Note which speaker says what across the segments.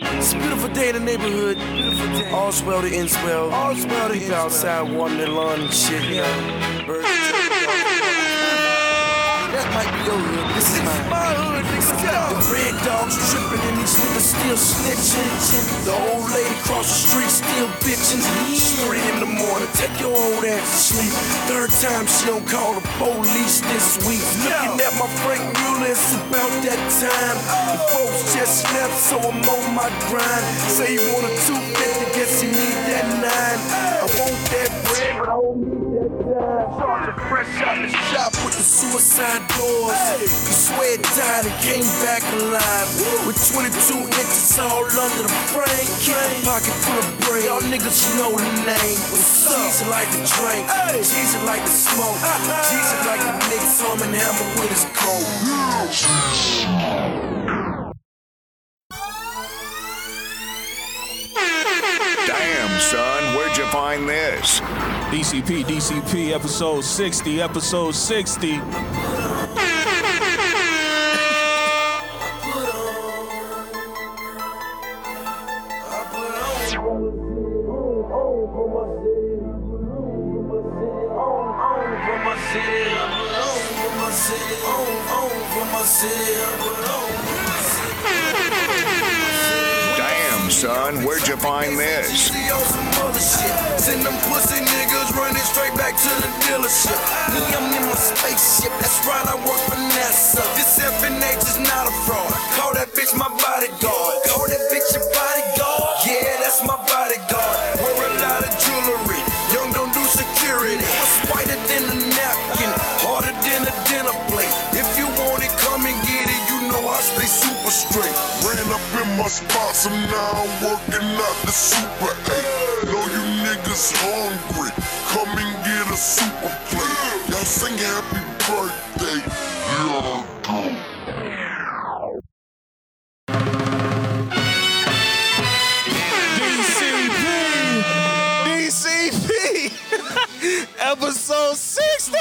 Speaker 1: It's a beautiful day in the neighborhood. Beautiful day. All's well that ends well. All's well that ends well. outside watering the lawn and shit, you know. Birds. That might be your hood. This is mine. My hood, nigga. The red dogs tripping and these niggas still snitching. The old lady across the street still bitching. Three in the morning, take your old ass to sleep. Third time she don't call the police this week. Looking at my Frank Mueller, it's about that time. The folks just left, so I'm on my grind. Say you want a 250, guess you need that nine. I want that bread, but I don't need that dime. Sergeant fresh out the shop with the suicide doors. You swear it died and came back alive. With 22 inches all under the frame. Keep a pocket full of bread. Y'all niggas know the name. Jesus like to drink. Jesus like to smoke. Jesus like to mix some and hammer with his coat.
Speaker 2: Damn, son, where'd you find this?
Speaker 3: DCP, DCP, episode 60, episode 60.
Speaker 2: Damn, son, where'd you find this?
Speaker 1: Send them pussy niggas running straight back to the dealership. Me, I'm in my spaceship. That's right, I work for NASA. This FNH is not a fraud. Call that bitch my bodyguard. Call that bitch your bodyguard. Yeah, that's my bodyguard. Wear a lot of jewelry. Young don't do security. It's whiter than a napkin. Harder than a dinner plate. If you want it, come and get it. You know I stay super straight.
Speaker 4: Ran up in my spots and now I'm working out the super eight. Know you niggas hungry, come and get a super plate. Y'all sing happy birthday. Yeah, go.
Speaker 3: DCP! DCP! episode 60!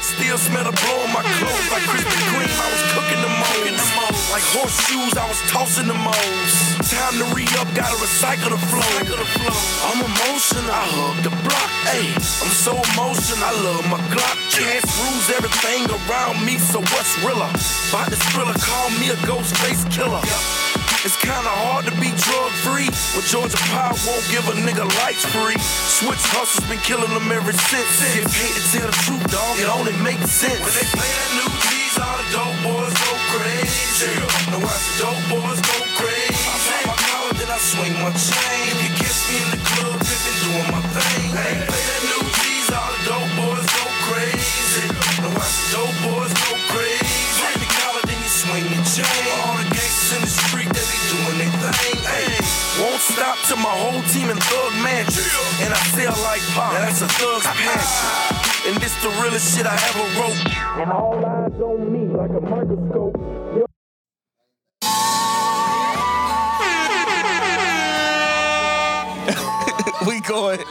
Speaker 1: Still smell the blow on my clothes like Krispy Kreme. I was cooking the moles. Like horseshoes, I was tossing the moles. Time to re up, gotta recycle the flow. I'm emotional, I hug the block. Ayy, I'm so emotional, I love my Glock. Chance rules everything around me, so what's realer? By this thriller, call me a ghost face killer. It's kinda hard to be drug free, but Georgia Power won't give a nigga lights free. Switch hustle's been killing them ever since. If hate to tell the truth, dog, it only makes sense. When they play that new G's, all the dope boys go crazy. Now watch the dope boys go crazy. I pop my collar, then I swing my chain. If you catch me in the club, pimpin' doing my thing. When they play that new G's, all the dope boys go crazy. Now watch the dope boys go crazy. Pop the collar, then you swing your chain. All the gangsters in the street, they be doing their thing. ayy. Won't stop till my whole team in thug mattress. And I sell like pop. Now that's a thug's passion. And this the realest shit I ever wrote. And all eyes on me like a microscope.
Speaker 3: We going. it's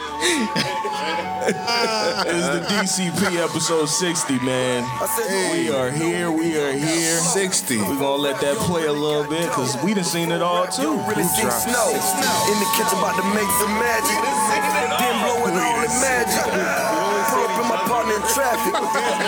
Speaker 3: the DCP episode 60, man. We are here, we are here.
Speaker 5: 60.
Speaker 3: We're gonna let that play a little bit because we done seen it all too.
Speaker 1: Really see snow. In the kitchen about to make some magic. Then blowing all the magic. Pull up in my partner in traffic.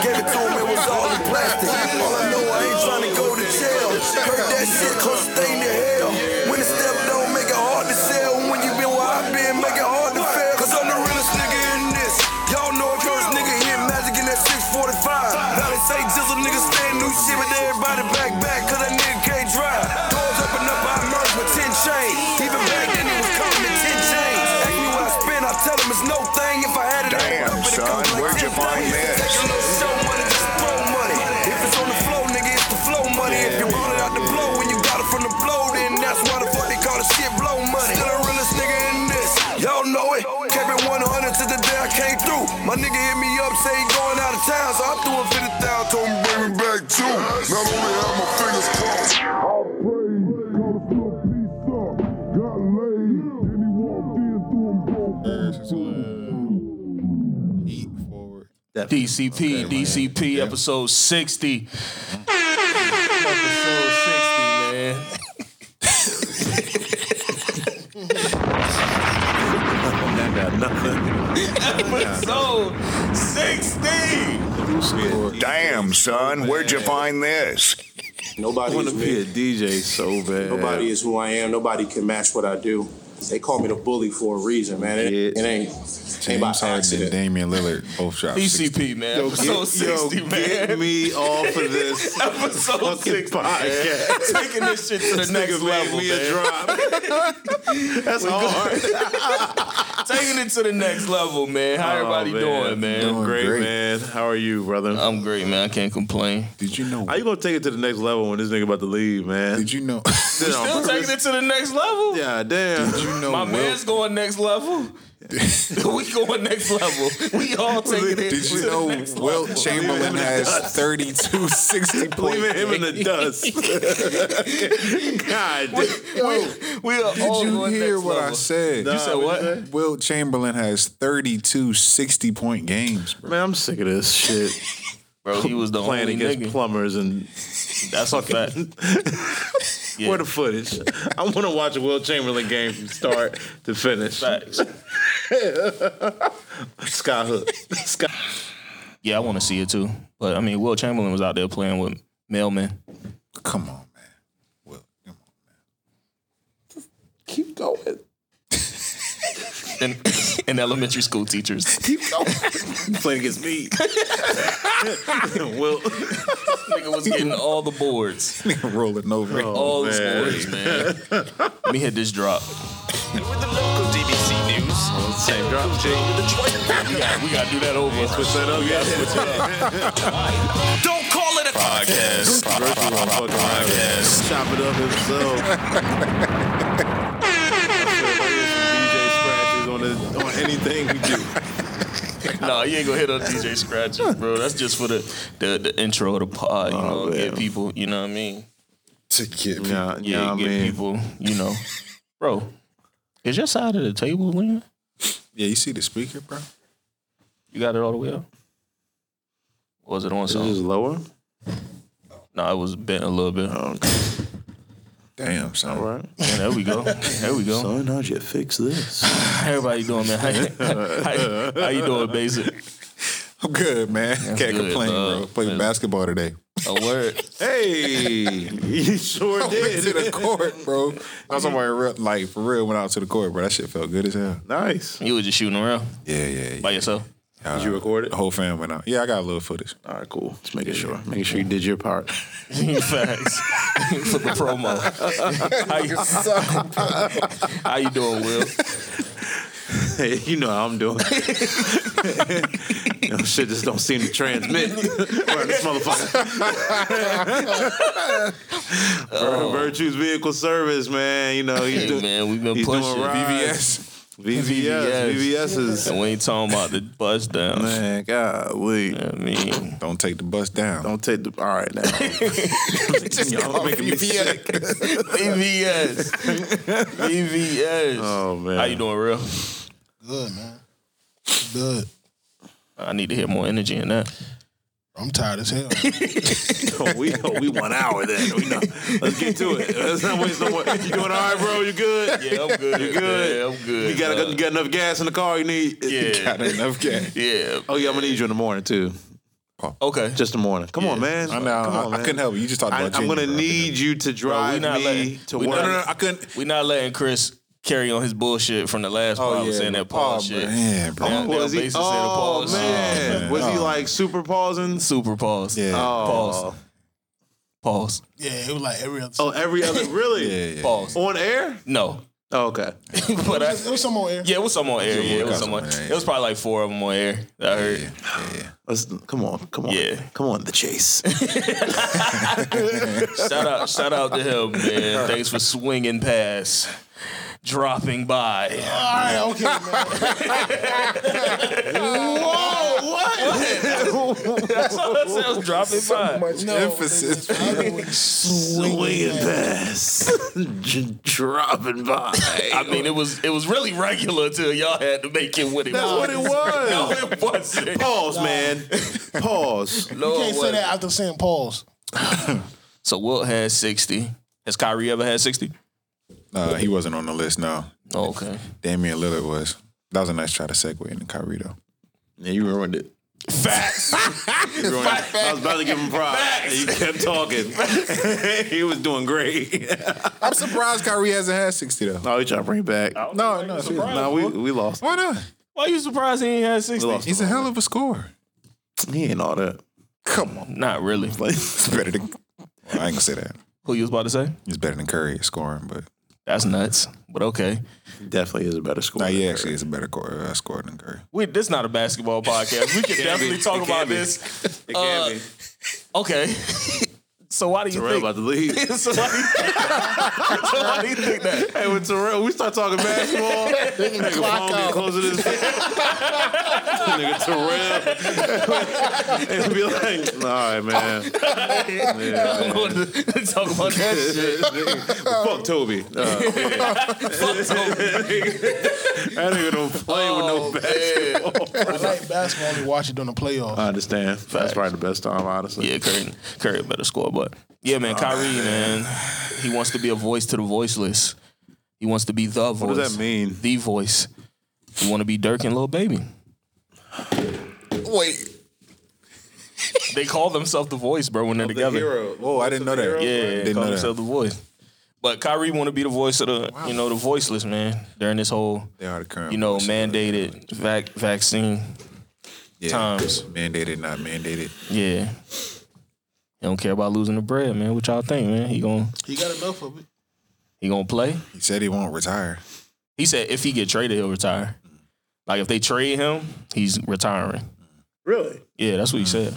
Speaker 1: Gave it to him, it was all in plastic. All I know, I ain't trying to go to jail. Heard that shit, close stay in the hell. When it step don't make it hard to sell. When you been where I been, make it hard to fail. Cause I'm the realest nigga in this. Y'all know a first nigga hit magic in that 645. Now they say jizzle niggas stay new shit, but everybody back back, cause that nigga can't drive. Doors open up, I merge with 10 chains. Even back then it was coming in 10 chains. Ask me what I spend, I tell them it's no thing. If I had it,
Speaker 2: Damn,
Speaker 1: I'd pump it, it
Speaker 2: son,
Speaker 1: comes like
Speaker 2: where'd you
Speaker 1: 10
Speaker 2: find
Speaker 1: things.
Speaker 2: this?
Speaker 1: Take a little show money, just blow money. If it's on the flow, nigga, it's the flow money. If you brought it out the blow and you got it from the blow, then that's why the fuck they call the shit blow money. Still the realest nigga in this. Y'all know it. Kept it 100 to the day I came through. My nigga hit me up, say he going out of town, so I'm doing 50,000 to
Speaker 4: Told me bring me back too. Not only have my fingers crossed, I prayed. Got a little piece up, got laid. Then he walked in through and broke
Speaker 5: Eat forward.
Speaker 3: DCP, DCP, episode 60. episode 60, man.
Speaker 2: Damn, son, where'd you find this?
Speaker 5: Nobody
Speaker 3: I want
Speaker 5: is
Speaker 3: to
Speaker 5: me.
Speaker 3: be a DJ so bad.
Speaker 5: Nobody is who I am. Nobody can match what I do. They call me the bully for a reason, man. It,
Speaker 3: Yeah.
Speaker 5: it ain't, it ain't by
Speaker 6: James Harden and
Speaker 5: accident.
Speaker 6: Damian Lillard both dropped.
Speaker 3: DCP, man.
Speaker 6: Yo,
Speaker 3: episode 60,
Speaker 6: yo,
Speaker 3: man.
Speaker 6: get me off of this
Speaker 3: episode 60. man. Taking this shit to the next
Speaker 6: nigga made
Speaker 3: level,
Speaker 6: me a
Speaker 3: man.
Speaker 6: drop. That's hard.
Speaker 3: Taking it to the next level, man. How everybody doing, man?
Speaker 6: Oh, Doing
Speaker 3: Great.
Speaker 6: great, great.
Speaker 7: Man, how are you, brother?
Speaker 3: I'm great, man. I can't complain.
Speaker 6: Did you know?
Speaker 7: How you gonna take it to the next level when this nigga about to leave, man?
Speaker 6: did you know?
Speaker 7: Did on
Speaker 3: Still
Speaker 7: purpose?
Speaker 3: taking it to the next level.
Speaker 7: Yeah, damn.
Speaker 6: Did you know?
Speaker 3: My
Speaker 6: Will-
Speaker 3: man's going next level. we going next level. We all taking it.
Speaker 6: Did
Speaker 3: to
Speaker 6: you
Speaker 3: the
Speaker 6: know
Speaker 3: next
Speaker 6: Wilt
Speaker 3: level.
Speaker 6: Chamberlain has 32 60
Speaker 7: Leaving
Speaker 6: points?
Speaker 7: him in the dust. God damn.
Speaker 6: Yo,
Speaker 3: We are all
Speaker 6: did you
Speaker 3: going
Speaker 6: hear
Speaker 3: next
Speaker 6: what I
Speaker 3: level.
Speaker 6: said?
Speaker 3: You said what?
Speaker 6: Wilt Chamberlain has 32 60 point games, bro.
Speaker 7: Man, I'm sick of this shit.
Speaker 3: Bro, he was the
Speaker 7: Playing
Speaker 3: only
Speaker 7: against
Speaker 3: nigga.
Speaker 7: plumbers and
Speaker 3: That's a fact. Yeah.
Speaker 7: where the footage. I want to watch a Will Chamberlain game from start to finish.
Speaker 3: Facts.
Speaker 7: Sky Hook. Sky.
Speaker 3: Yeah, I want to see it too. But I mean, Will Chamberlain was out there playing with mailman.
Speaker 6: Come on, man. Wilt, come on.
Speaker 5: Keep going.
Speaker 3: and, and elementary school teachers.
Speaker 7: Playing against me. Will.
Speaker 3: Nigga was getting all the boards,
Speaker 6: Nigga rolling over.
Speaker 7: Oh.
Speaker 3: all the
Speaker 7: man.
Speaker 3: scores, man. Let me hit this drop.
Speaker 8: With the local DBC news.
Speaker 7: Same drop.
Speaker 3: We got, we got to do that over.
Speaker 7: Switch that up. Yeah, switch it up.
Speaker 8: Don't call it a podcast.
Speaker 7: Fucking podcast. Chop it up himself. DJ scratches on, the, on anything we do.
Speaker 3: Nah, you ain't gonna hit on DJ Scratches, bro. That's just for the the, the intro of the pod.
Speaker 7: Oh,
Speaker 3: You know, get people. You know what I mean?
Speaker 6: to get
Speaker 7: Yeah,
Speaker 3: Yeah,
Speaker 7: yeah, I
Speaker 3: get
Speaker 7: mean,
Speaker 3: people. You know, bro. Is your side of the table leaning?
Speaker 6: Yeah, you see the speaker, bro?
Speaker 3: You got it all the way up. Or was it on
Speaker 7: this is
Speaker 3: something?
Speaker 7: lower. Oh,
Speaker 3: No, nah, it was bent a little bit.
Speaker 6: Damn, son.
Speaker 7: All right.
Speaker 3: Yeah, there we go. There we go.
Speaker 7: Son, how'd you fix this?
Speaker 3: Everybody doing, man? How, you- how you- how you doing, basic?
Speaker 6: I'm good, man. Can't
Speaker 3: good,
Speaker 6: complain,
Speaker 3: bro.
Speaker 6: bro. Played basketball today.
Speaker 3: A word.
Speaker 7: hey, you sure
Speaker 6: Went to the
Speaker 7: did.
Speaker 6: court, bro. I was somewhere real, like for real. Went out to the court, bro. That shit felt good as hell.
Speaker 7: Nice.
Speaker 3: You was just shooting around
Speaker 6: Yeah, yeah. yeah.
Speaker 3: by yourself.
Speaker 7: Did you record it?
Speaker 6: the whole fam went out. Yeah, I got a little footage.
Speaker 7: All right, cool. Just making sure. Making sure you did your part.
Speaker 3: Facts. For the promo. how, you, how you doing, Will?
Speaker 7: Hey, you know how I'm doing. You know, shit just don't seem to transmit. Around this motherfucker. Vir- Virtue's vehicle service, man. You know, he's
Speaker 3: Oh. Hey,
Speaker 7: doing
Speaker 3: man, we've been
Speaker 7: he's doing
Speaker 3: pushing.
Speaker 7: rides. VVS.
Speaker 3: VVS.
Speaker 7: VVS is
Speaker 3: And we ain't talking about the bus down.
Speaker 7: man, God, we
Speaker 3: I mean,
Speaker 6: Don't take the bus down.
Speaker 7: don't take the all right now. Y'all making me sick.
Speaker 3: VVS. VVS.
Speaker 7: Oh man.
Speaker 3: How you doing, real?
Speaker 9: Good, man. Good.
Speaker 3: I need to hear more energy in that.
Speaker 9: I'm tired as hell.
Speaker 7: Oh, we we one hour then. We know. Let's get to it. Let's not waste no more. You doing all right, bro? You good?
Speaker 3: Yeah, I'm good.
Speaker 7: You good?
Speaker 3: Yeah, I'm good.
Speaker 7: You got you got enough gas in the car you need?
Speaker 3: Yeah.
Speaker 6: Got enough game.
Speaker 3: Yeah.
Speaker 7: Oh yeah, I'm gonna need you in the morning too.
Speaker 3: Okay.
Speaker 7: Just the morning. Come on, man.
Speaker 6: I know.
Speaker 7: Come
Speaker 6: I,
Speaker 7: on,
Speaker 6: I
Speaker 7: man.
Speaker 6: couldn't help you. You just talked
Speaker 7: I,
Speaker 6: about.
Speaker 7: I'm gonna
Speaker 6: Junior, bro.
Speaker 7: need you to drive
Speaker 3: not
Speaker 7: me
Speaker 3: letting-
Speaker 7: to
Speaker 3: we
Speaker 7: work.
Speaker 6: No, no, no. I couldn't.
Speaker 3: we not letting Chris carry on his bullshit from the last part. I was saying that Paul
Speaker 6: Oh,
Speaker 3: shit.
Speaker 6: man, bro.
Speaker 3: Now- now
Speaker 7: Was he?
Speaker 3: Basis said a
Speaker 7: Oh
Speaker 3: pause.
Speaker 7: man.
Speaker 6: man.
Speaker 7: Was he
Speaker 6: Oh.
Speaker 7: like super pausing?
Speaker 3: Super pause.
Speaker 6: Yeah.
Speaker 7: Oh.
Speaker 3: Pause. Pause.
Speaker 9: yeah, it was like every other.
Speaker 7: Oh, every other really
Speaker 6: yeah, yeah.
Speaker 3: Pause.
Speaker 7: on air.
Speaker 3: No.
Speaker 7: Oh, okay.
Speaker 3: but I,
Speaker 9: It was some on air.
Speaker 3: yeah, it was some on air. Yeah, it was some on It was probably like four of them on air. That I heard.
Speaker 7: Let's come on, come on,
Speaker 3: Yeah.
Speaker 7: come on. The chase.
Speaker 3: Shout out, shout out to him, man. Thanks for swinging past, dropping by.
Speaker 9: All right, okay, man.
Speaker 3: That's all that sounds. Dropping by.
Speaker 6: Much emphasis.
Speaker 7: Swinging past, J- dropping by.
Speaker 3: I mean, it was it was really regular until y'all had to make it what it
Speaker 7: that's
Speaker 3: was.
Speaker 7: what it
Speaker 3: No,
Speaker 7: was.
Speaker 3: it wasn't.
Speaker 7: Pause, man. Pause.
Speaker 3: Lord,
Speaker 9: You can't say
Speaker 3: what-
Speaker 9: that after saying pause.
Speaker 3: So Wilt had sixty. Has Kyrie ever had sixty?
Speaker 6: No, he wasn't on the list. No,
Speaker 3: Okay.
Speaker 6: Damian Lillard was. That was a nice try to segue into Kyrie though.
Speaker 7: Yeah, you ruined it.
Speaker 3: Facts.
Speaker 7: I was about to give him props. And you kept talking. he was doing great.
Speaker 6: I'm surprised Kyrie hasn't had 60 though.
Speaker 7: Oh, he trying to bring it back.
Speaker 6: No, no, seriously.
Speaker 7: No, we, we lost.
Speaker 6: Why not?
Speaker 3: Why you surprised he ain't had
Speaker 7: We
Speaker 3: 60?
Speaker 7: lost.
Speaker 6: He's a hell of a scorer.
Speaker 7: He ain't all that.
Speaker 6: Come on,
Speaker 3: Not really.
Speaker 6: it's better than. Well, I ain't gonna say that.
Speaker 3: Who you was about to say?
Speaker 6: He's better than Curry at scoring, but
Speaker 3: That's nuts. But okay.
Speaker 7: Definitely is a better score.
Speaker 6: nah,
Speaker 7: than
Speaker 6: he
Speaker 7: Curry.
Speaker 6: actually is a better cor- uh, scorer than Curry.
Speaker 3: We, this is not a basketball podcast. We can definitely
Speaker 7: be.
Speaker 3: talk
Speaker 7: It can
Speaker 3: about
Speaker 7: be.
Speaker 3: this. Uh,
Speaker 7: It can be.
Speaker 3: Okay. so why do you
Speaker 7: Terrell
Speaker 3: think?
Speaker 7: about to leave.
Speaker 3: so why do you think, so why do you think that?
Speaker 7: hey, with Terrell, we start talking basketball. nigga, phone get closer to this. nigga, Terrell. and be like, all right, man.
Speaker 3: I wanted to talk about that shit.
Speaker 7: Fuck Toby. Uh, yeah. that nigga don't play with no basketball.
Speaker 9: I like basketball. I Only watch it during the playoffs.
Speaker 7: I understand. That's probably the best time, honestly.
Speaker 3: Yeah, Curry, Curry a better score, but yeah, man, Kyrie, man, he wants to be a voice to the voiceless. He wants to be the voice.
Speaker 7: What does that mean?
Speaker 3: The voice. You want to be Dirk and Lil Baby.
Speaker 6: Wait,
Speaker 3: They call themselves the voice, bro, when they're together.
Speaker 6: Oh, I didn't know that.
Speaker 3: Yeah, they
Speaker 6: Didn't
Speaker 3: call
Speaker 6: know that.
Speaker 3: themselves the voice. But Kyrie want to be the voice of the, you know, the voiceless man during this whole,
Speaker 6: They are the current.
Speaker 3: you know,
Speaker 6: voice.
Speaker 3: mandated vac- vaccine
Speaker 6: Yeah.
Speaker 3: times.
Speaker 6: Mandated, not mandated.
Speaker 3: Yeah. He don't care about losing the bread, man. What y'all think, man? He gonna
Speaker 9: He got enough of it.
Speaker 3: he gonna play?
Speaker 6: He said he won't retire.
Speaker 3: He said if he get traded, he'll retire. Like if they trade him, he's retiring.
Speaker 7: Really?
Speaker 3: Yeah, that's what he said.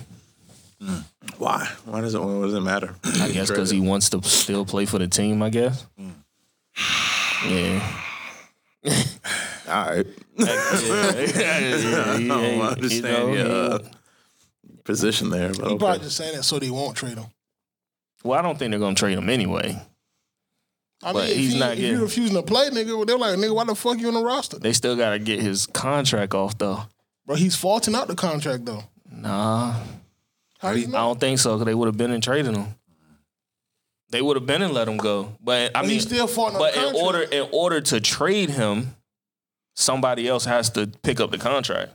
Speaker 9: Mm.
Speaker 7: Why? Why does it? Why does it matter?
Speaker 3: I guess because he wants to still play for the team. I guess.
Speaker 9: Mm.
Speaker 3: Yeah.
Speaker 7: All right.
Speaker 3: yeah,
Speaker 7: I don't understand your uh, position there, but
Speaker 9: He
Speaker 7: okay.
Speaker 9: probably just saying that so they won't trade him.
Speaker 3: Well, I don't think they're gonna trade him anyway.
Speaker 9: I
Speaker 3: But
Speaker 9: mean,
Speaker 3: he's
Speaker 9: if, he,
Speaker 3: not
Speaker 9: if
Speaker 3: getting-
Speaker 9: you refusing to play, nigga, well, they're like, nigga, why the fuck you on the roster?
Speaker 3: They still gotta get his contract off though.
Speaker 9: Bro, he's faulting out the contract though.
Speaker 3: Nah,
Speaker 9: How do you
Speaker 3: I
Speaker 9: know?
Speaker 3: don't think so. Cause they would have been in trading him. They would have been and let him go. But I
Speaker 9: But
Speaker 3: mean,
Speaker 9: he's still faulting out
Speaker 3: But
Speaker 9: the
Speaker 3: in
Speaker 9: contract.
Speaker 3: order in order to trade him, somebody else has to pick up the contract.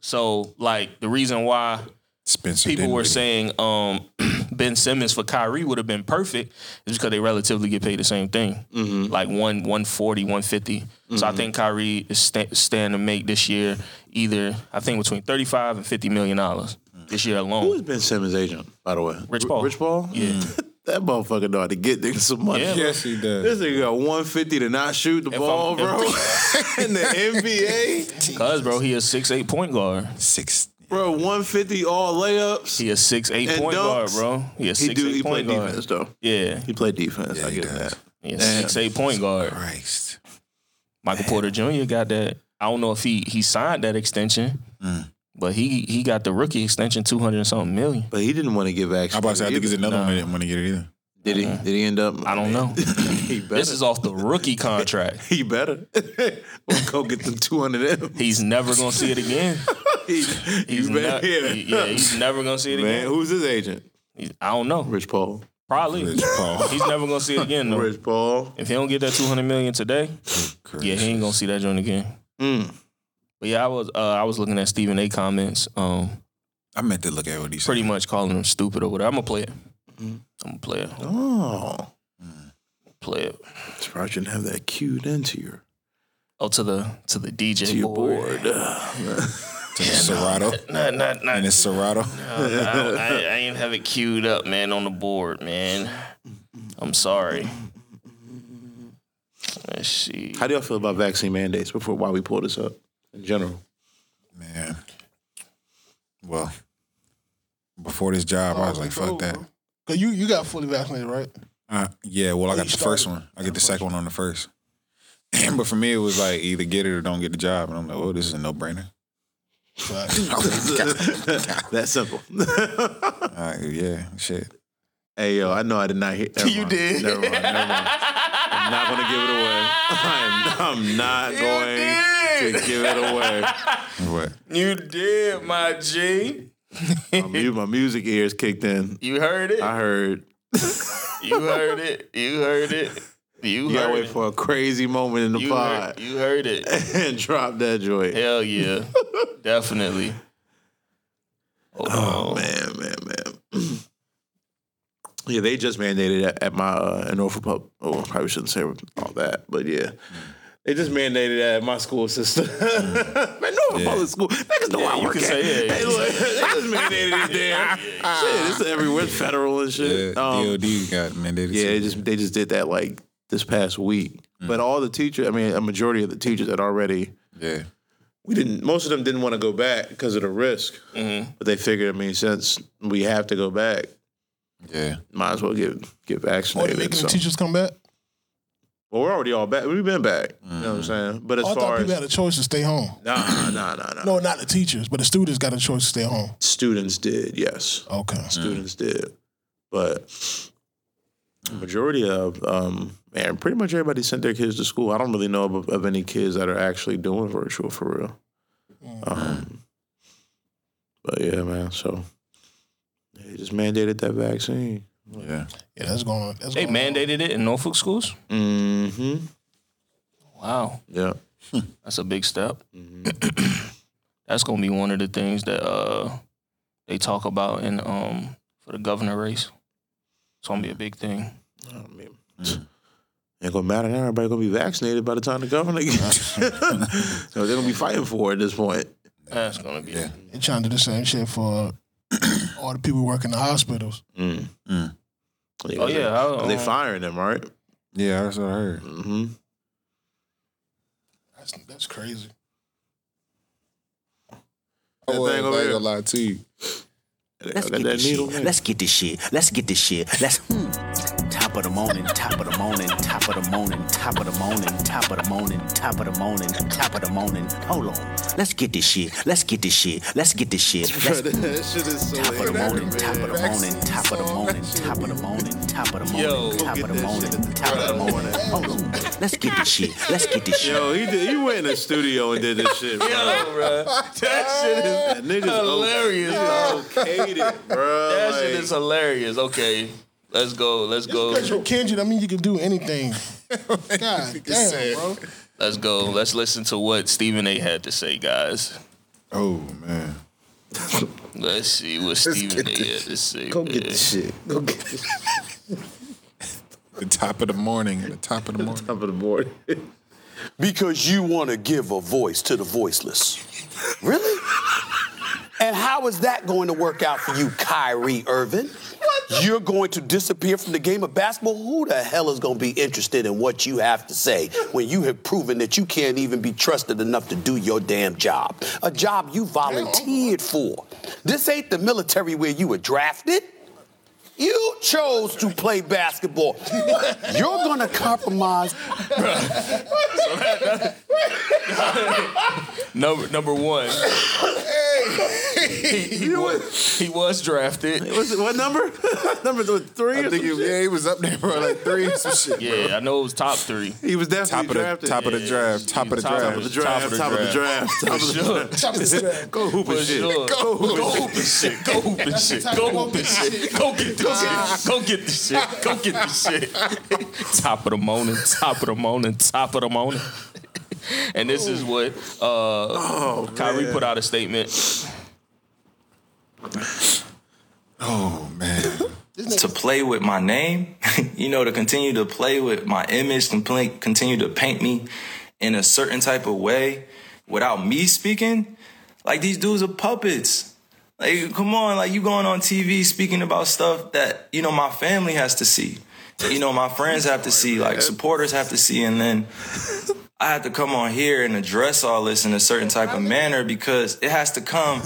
Speaker 3: So like the reason why
Speaker 6: Spencer.
Speaker 3: people
Speaker 6: didn't
Speaker 3: were
Speaker 6: really-
Speaker 3: saying um, Ben Simmons for Kyrie would have been perfect is because they relatively get paid the same thing. Like one 140, 150. So I think Kyrie is sta- stand to make this year either I think between 35 and 50 million dollars this year
Speaker 7: Who
Speaker 3: alone.
Speaker 7: is Ben Simmons' agent, by the way?
Speaker 3: Rich
Speaker 7: R-
Speaker 3: Paul.
Speaker 7: Rich Paul? Yeah. that motherfucker know how to get niggas some money.
Speaker 3: Yeah,
Speaker 6: Yes, he does.
Speaker 7: This nigga got 150 to not shoot the ball,
Speaker 3: I'm-
Speaker 7: bro. In the NBA.
Speaker 3: Cuz bro, he is six eight point guard.
Speaker 6: Six.
Speaker 7: Bro, 150 all layups.
Speaker 3: He is six eight
Speaker 7: And
Speaker 3: point guard,
Speaker 7: dunks.
Speaker 3: bro. He is
Speaker 7: He
Speaker 3: six
Speaker 7: do
Speaker 3: eight
Speaker 7: he played
Speaker 3: point guard.
Speaker 7: defense though.
Speaker 3: Yeah.
Speaker 7: He played defense. I
Speaker 6: he
Speaker 7: get
Speaker 6: does.
Speaker 7: that.
Speaker 3: Yeah,
Speaker 7: Damn.
Speaker 3: six eight point guard.
Speaker 6: Christ.
Speaker 3: Michael Porter Jr. got that. I don't know if he he signed that extension,
Speaker 7: Mm.
Speaker 3: but he he got the rookie extension two hundred and something million.
Speaker 7: But he didn't want to give back.
Speaker 6: I about to say, I think it's another one. I didn't want to get it either.
Speaker 7: Did he? Did he end up?
Speaker 3: I don't know.
Speaker 7: He better.
Speaker 3: this is off the rookie contract.
Speaker 7: he better. We'll go get them 200 M.
Speaker 3: He's never gonna see it again.
Speaker 7: He,
Speaker 3: He's
Speaker 7: you better
Speaker 3: not-
Speaker 7: hear
Speaker 3: he- yeah, he's never gonna see it
Speaker 7: Man,
Speaker 3: again.
Speaker 7: who's his agent?
Speaker 3: He's- I don't know.
Speaker 7: Rich Paul.
Speaker 3: Probably.
Speaker 6: Rich Paul.
Speaker 3: He's never gonna see it again though.
Speaker 7: Rich Paul.
Speaker 3: If he don't get that two hundred million today, yeah, he ain't gonna see that joint again. But yeah, I was uh, I was looking at Stephen A. comments. Um,
Speaker 6: I meant to look at what he said.
Speaker 3: pretty much calling him stupid or whatever. I'm gonna play it. I'm gonna play it. I'm
Speaker 7: Oh.
Speaker 3: gonna play it.
Speaker 7: Surprised you didn't have that queued into your
Speaker 3: Oh, to the to the DJ
Speaker 7: to your
Speaker 3: board.
Speaker 7: board.
Speaker 6: to Serato.
Speaker 3: Not not not.
Speaker 6: And it's Serato.
Speaker 3: I,
Speaker 7: uh,
Speaker 3: don't- I, I ain't have it queued up, man, on the board, man. I'm sorry. Let's see.
Speaker 7: How do y'all feel about vaccine mandates before why we pull this up in general?
Speaker 6: Man. Well, before this job, I was like, fuck that.
Speaker 9: Oh, Cause you you got fully vaccinated, right?
Speaker 6: Uh, yeah, well, I got the first one. I get the second one on the first. but for me, it was like either get it or don't get the job. And I'm like, oh, this is a no brainer.
Speaker 9: But
Speaker 7: That simple.
Speaker 6: Uh, yeah, shit.
Speaker 7: hey yo, I know I did not hear. Never you did. Never mind. Never mind. I'm not gonna give it away. I'm, I'm not going to give it away.
Speaker 6: What?
Speaker 3: You did, my G.
Speaker 7: My, mu- my music ears kicked in.
Speaker 3: You heard it.
Speaker 7: I heard.
Speaker 3: You heard it. You heard it. You
Speaker 7: You gotta
Speaker 3: heard
Speaker 7: wait
Speaker 3: it.
Speaker 7: for a crazy moment in the
Speaker 3: You
Speaker 7: pod
Speaker 3: heard, you heard it.
Speaker 7: and drop that joint.
Speaker 3: Hell yeah. Definitely. Um,
Speaker 7: Oh man, man, man. yeah, they just mandated at, at my uh, in Norfolk Pub. Oh, I probably shouldn't say all that, but yeah. They just mandated that at my school system. man, Norfolk Public School. Niggas know I
Speaker 3: you
Speaker 7: work
Speaker 3: can
Speaker 7: at.
Speaker 3: say, yeah,
Speaker 7: They, look, they just mandated it there. shit, it's everywhere. It's federal and
Speaker 6: Yeah,
Speaker 7: shit. Um,
Speaker 6: DOD got mandated.
Speaker 7: yeah,
Speaker 6: to-
Speaker 7: they just they just did that like this past week. But
Speaker 3: Mm.
Speaker 7: all the teachers, I mean, a majority of the teachers had already
Speaker 6: yeah.
Speaker 7: we didn't. Most of them didn't want to go back because of the risk. But they figured, I mean, since we have to go back,
Speaker 6: Yeah.
Speaker 7: might as well get get
Speaker 9: Or they
Speaker 7: vaccinated.
Speaker 9: making
Speaker 7: so.
Speaker 9: the teachers come back?
Speaker 7: well, we're already all back. We've been back. You know what I'm saying? But as
Speaker 9: Oh, I
Speaker 7: far
Speaker 9: thought
Speaker 7: as
Speaker 9: people had a choice to stay home.
Speaker 7: nah, nah, nah, nah,
Speaker 9: No, Oh, not the teachers, but the students got a choice to stay home.
Speaker 7: students did yes,
Speaker 9: Okay.
Speaker 7: students did, but the majority of um man, pretty much everybody sent their kids to school. I don't really know of, of any kids that are actually doing virtual for real. Um, but yeah, man. So they just mandated that vaccine.
Speaker 6: Yeah.
Speaker 9: Yeah, that's going. That's
Speaker 3: They
Speaker 9: going
Speaker 3: mandated it in Norfolk schools.
Speaker 7: Mm-hmm.
Speaker 3: Wow,
Speaker 7: Yeah.
Speaker 3: that's a big step.
Speaker 7: Mm-hmm.
Speaker 3: that's gonna be one of the things that uh, they talk about in um, for the governor race. It's gonna be a big thing.
Speaker 7: I mean, ain't gonna matter now. Everybody gonna be vaccinated by the time the governor gets. so they're gonna be fighting for it at this point.
Speaker 3: That's gonna be.
Speaker 6: Yeah.
Speaker 9: They trying to do the same shit for all the people working in the hospitals.
Speaker 7: Mm.
Speaker 6: Mm.
Speaker 3: Oh, yeah, I-
Speaker 7: they
Speaker 3: um,
Speaker 7: firing them, right?
Speaker 6: Yeah, that's what I heard.
Speaker 7: Mm-hmm.
Speaker 9: That's that's crazy.
Speaker 6: I
Speaker 7: thing
Speaker 6: wasn't
Speaker 7: over
Speaker 6: gonna
Speaker 7: here.
Speaker 6: lie to you.
Speaker 7: Let's get that needle. man.
Speaker 8: Let's get this shit. Let's get this shit. Let's hmm. top of the morning, top of the morning, top of the morning, top of the morning, top of the morning, top of the morning, top of the morning. Hold on. Let's get this shit. Let's get this shit. Let's get this shit. Let's
Speaker 7: that shit is so
Speaker 8: top of the morning, top of the morning,
Speaker 6: Vaccine
Speaker 8: top of the
Speaker 6: song,
Speaker 8: morning, top of the morning, top of the
Speaker 3: Yo.
Speaker 8: morning, top
Speaker 7: Go
Speaker 8: of
Speaker 7: get
Speaker 8: the
Speaker 7: that
Speaker 8: morning,
Speaker 7: shit at the
Speaker 8: top of the
Speaker 7: front of
Speaker 8: morning. Hold on. Let's get this shit. Let's get this shit.
Speaker 7: Yo, he did, he went in the studio and did this shit. Bro.
Speaker 3: That shit is
Speaker 7: that nigga's
Speaker 3: hilarious,
Speaker 7: o- okayed it, bro.
Speaker 3: Oh, That
Speaker 7: like,
Speaker 3: shit is hilarious. Okay, let's go. Let's go.
Speaker 9: Petro Kendrick, I mean, you can do anything. God damn, bro.
Speaker 3: Let's go. Let's listen to what Stephen A. had to say, guys.
Speaker 6: Oh man.
Speaker 3: Let's see what Stephen A. had to say. Go
Speaker 7: Get this shit. Go get this shit
Speaker 6: The top of the morning. The top of the morning.
Speaker 7: top of the morning.
Speaker 10: Because you want to give a voice to the voiceless. Really? And how is that going to work out for you, Kyrie Irving? You're going to disappear from the game of basketball? Who the hell is going to be interested in what you have to say when you have proven that you can't even be trusted enough to do your damn job? A job you volunteered for. This ain't the military where you were drafted. You chose to play basketball. You're going to compromise
Speaker 3: Number number one. he, he, was, he was drafted.
Speaker 7: What's it, what number? number th- three.
Speaker 6: I
Speaker 7: or
Speaker 6: think
Speaker 7: some
Speaker 6: it,
Speaker 7: shit?
Speaker 6: yeah, he was up there for like three or some shit.
Speaker 3: Yeah, I know it was top three.
Speaker 7: He was
Speaker 6: Top
Speaker 7: definitely
Speaker 6: of the
Speaker 7: drafted.
Speaker 6: top of the draft. Top of the
Speaker 3: Top of
Speaker 6: draft.
Speaker 7: Top of the draft. Top of the draft.
Speaker 3: Sure.
Speaker 9: Top
Speaker 7: Top of the
Speaker 9: of the draft.
Speaker 7: Go hooping
Speaker 3: For
Speaker 7: shit.
Speaker 3: sure.
Speaker 7: Go
Speaker 3: Go
Speaker 7: hooping
Speaker 3: hoop
Speaker 7: shit.
Speaker 3: this shit. Go hoop this shit. Go hoop this shit. Go get this shit. Go get this shit. Go get this shit. top of the morning. Top of the morning. Top of the morning. and this is what uh, Kyrie put out a statement.
Speaker 6: Oh man.
Speaker 11: to play with my name, you know, to continue to play with my image, to play, continue to paint me in a certain type of way without me speaking. Like these dudes are puppets. Like, come on, like you going on TV speaking about stuff that, you know, my family has to see. You know, my friends have to see, like supporters have to see, and then I have to come on here and address all this in a certain type of manner because it has to come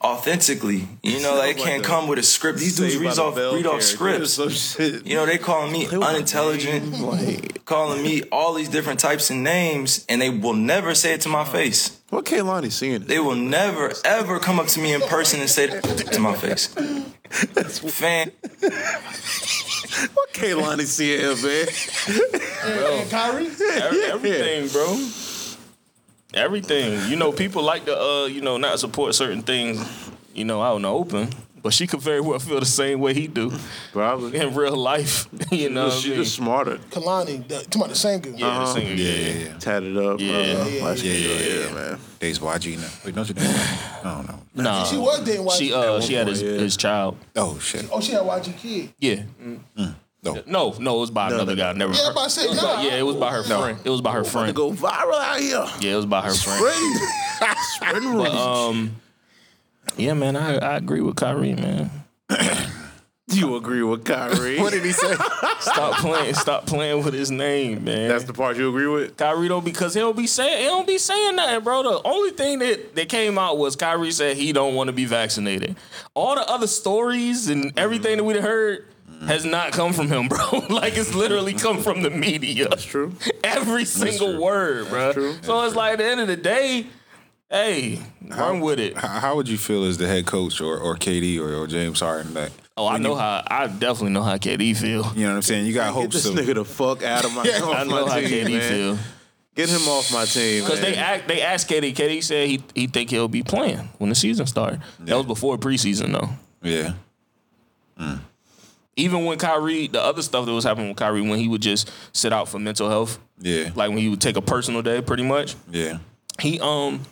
Speaker 11: authentically. You know, like it can't come with a script. These dudes
Speaker 7: Saved by
Speaker 11: read
Speaker 7: the
Speaker 11: off
Speaker 7: Bell
Speaker 11: read off
Speaker 7: character.
Speaker 11: scripts.
Speaker 7: Some shit.
Speaker 11: You know, they calling me unintelligent, calling me all these different types of names, and they will never say it to my face.
Speaker 7: What Kaylani seeing?
Speaker 11: They will never ever come up to me in person and say it to my face. Fan,
Speaker 7: What Kaylani seeing, him, man?
Speaker 9: Kyrie?
Speaker 3: Every- everything, bro. Everything. You know, people like to uh, you know, not support certain things, you know, out in the open. But she could very well feel the same way he do
Speaker 7: Probably.
Speaker 3: in real life. You know,
Speaker 7: She's
Speaker 3: what I mean?
Speaker 7: just smarter.
Speaker 9: Kalani, the- talking about the same girl.
Speaker 3: yeah, the singer, uh-huh. yeah,
Speaker 6: Yeah, yeah.
Speaker 7: Tatted up.
Speaker 3: Yeah.
Speaker 7: uh, light skin,
Speaker 6: yeah,
Speaker 7: yeah,
Speaker 6: yeah.
Speaker 7: man.
Speaker 6: Days YG now. Wait, don't you do that? I don't know.
Speaker 3: No,
Speaker 9: She was dating YG.
Speaker 3: She
Speaker 9: At
Speaker 3: uh,
Speaker 9: one
Speaker 3: she had his, his child.
Speaker 6: Oh shit.
Speaker 9: Oh, she had YG kid.
Speaker 3: Yeah. No. no, Mm. no, it was by another guy. Never.
Speaker 9: Yeah, I'm about to say,
Speaker 3: It was
Speaker 9: nah.
Speaker 3: by- yeah, it was by her friend. It was by her friend.
Speaker 7: Go viral out here.
Speaker 3: Yeah, it was by her friend.
Speaker 7: Crazy. Spreading
Speaker 3: But,
Speaker 7: rumors.
Speaker 3: um, yeah, man, I, I agree with Kyrie, man.
Speaker 7: You agree with Kyrie?
Speaker 6: What did he say?
Speaker 3: Stop playing. Stop playing with his name, man. That's
Speaker 7: the part you agree with,
Speaker 3: Kyrie. Don't because he don't be saying he don't be saying nothing, bro. The only thing that that came out was Kyrie said he don't want to be vaccinated. All the other stories and everything that we've heard has not come from him, bro. like it's literally come from the media. That's
Speaker 7: true.
Speaker 3: Every single word, bro. So it's like at the end of the day, hey, run with it.
Speaker 6: How, how would you feel as the head coach or, or KD or, or James Harden? Like,
Speaker 3: Oh, I know how. I definitely know how KD feel.
Speaker 6: You know what I'm saying? You got hopes
Speaker 7: this
Speaker 6: of
Speaker 7: nigga the fuck out of my.
Speaker 3: Yeah,
Speaker 7: off
Speaker 3: I know
Speaker 7: my
Speaker 3: how
Speaker 7: team,
Speaker 3: KD
Speaker 7: man.
Speaker 3: feel.
Speaker 7: Get him off my team.
Speaker 3: Because they
Speaker 7: man.
Speaker 3: act, they asked KD. KD said he he think he'll be playing when the season started. That was before preseason though.
Speaker 6: Yeah.
Speaker 3: Even when Kyrie, the other stuff that was happening with Kyrie, when he would just sit out for mental health,
Speaker 6: Yeah.
Speaker 3: like when he would take a personal day, pretty much.
Speaker 6: Yeah.
Speaker 3: He um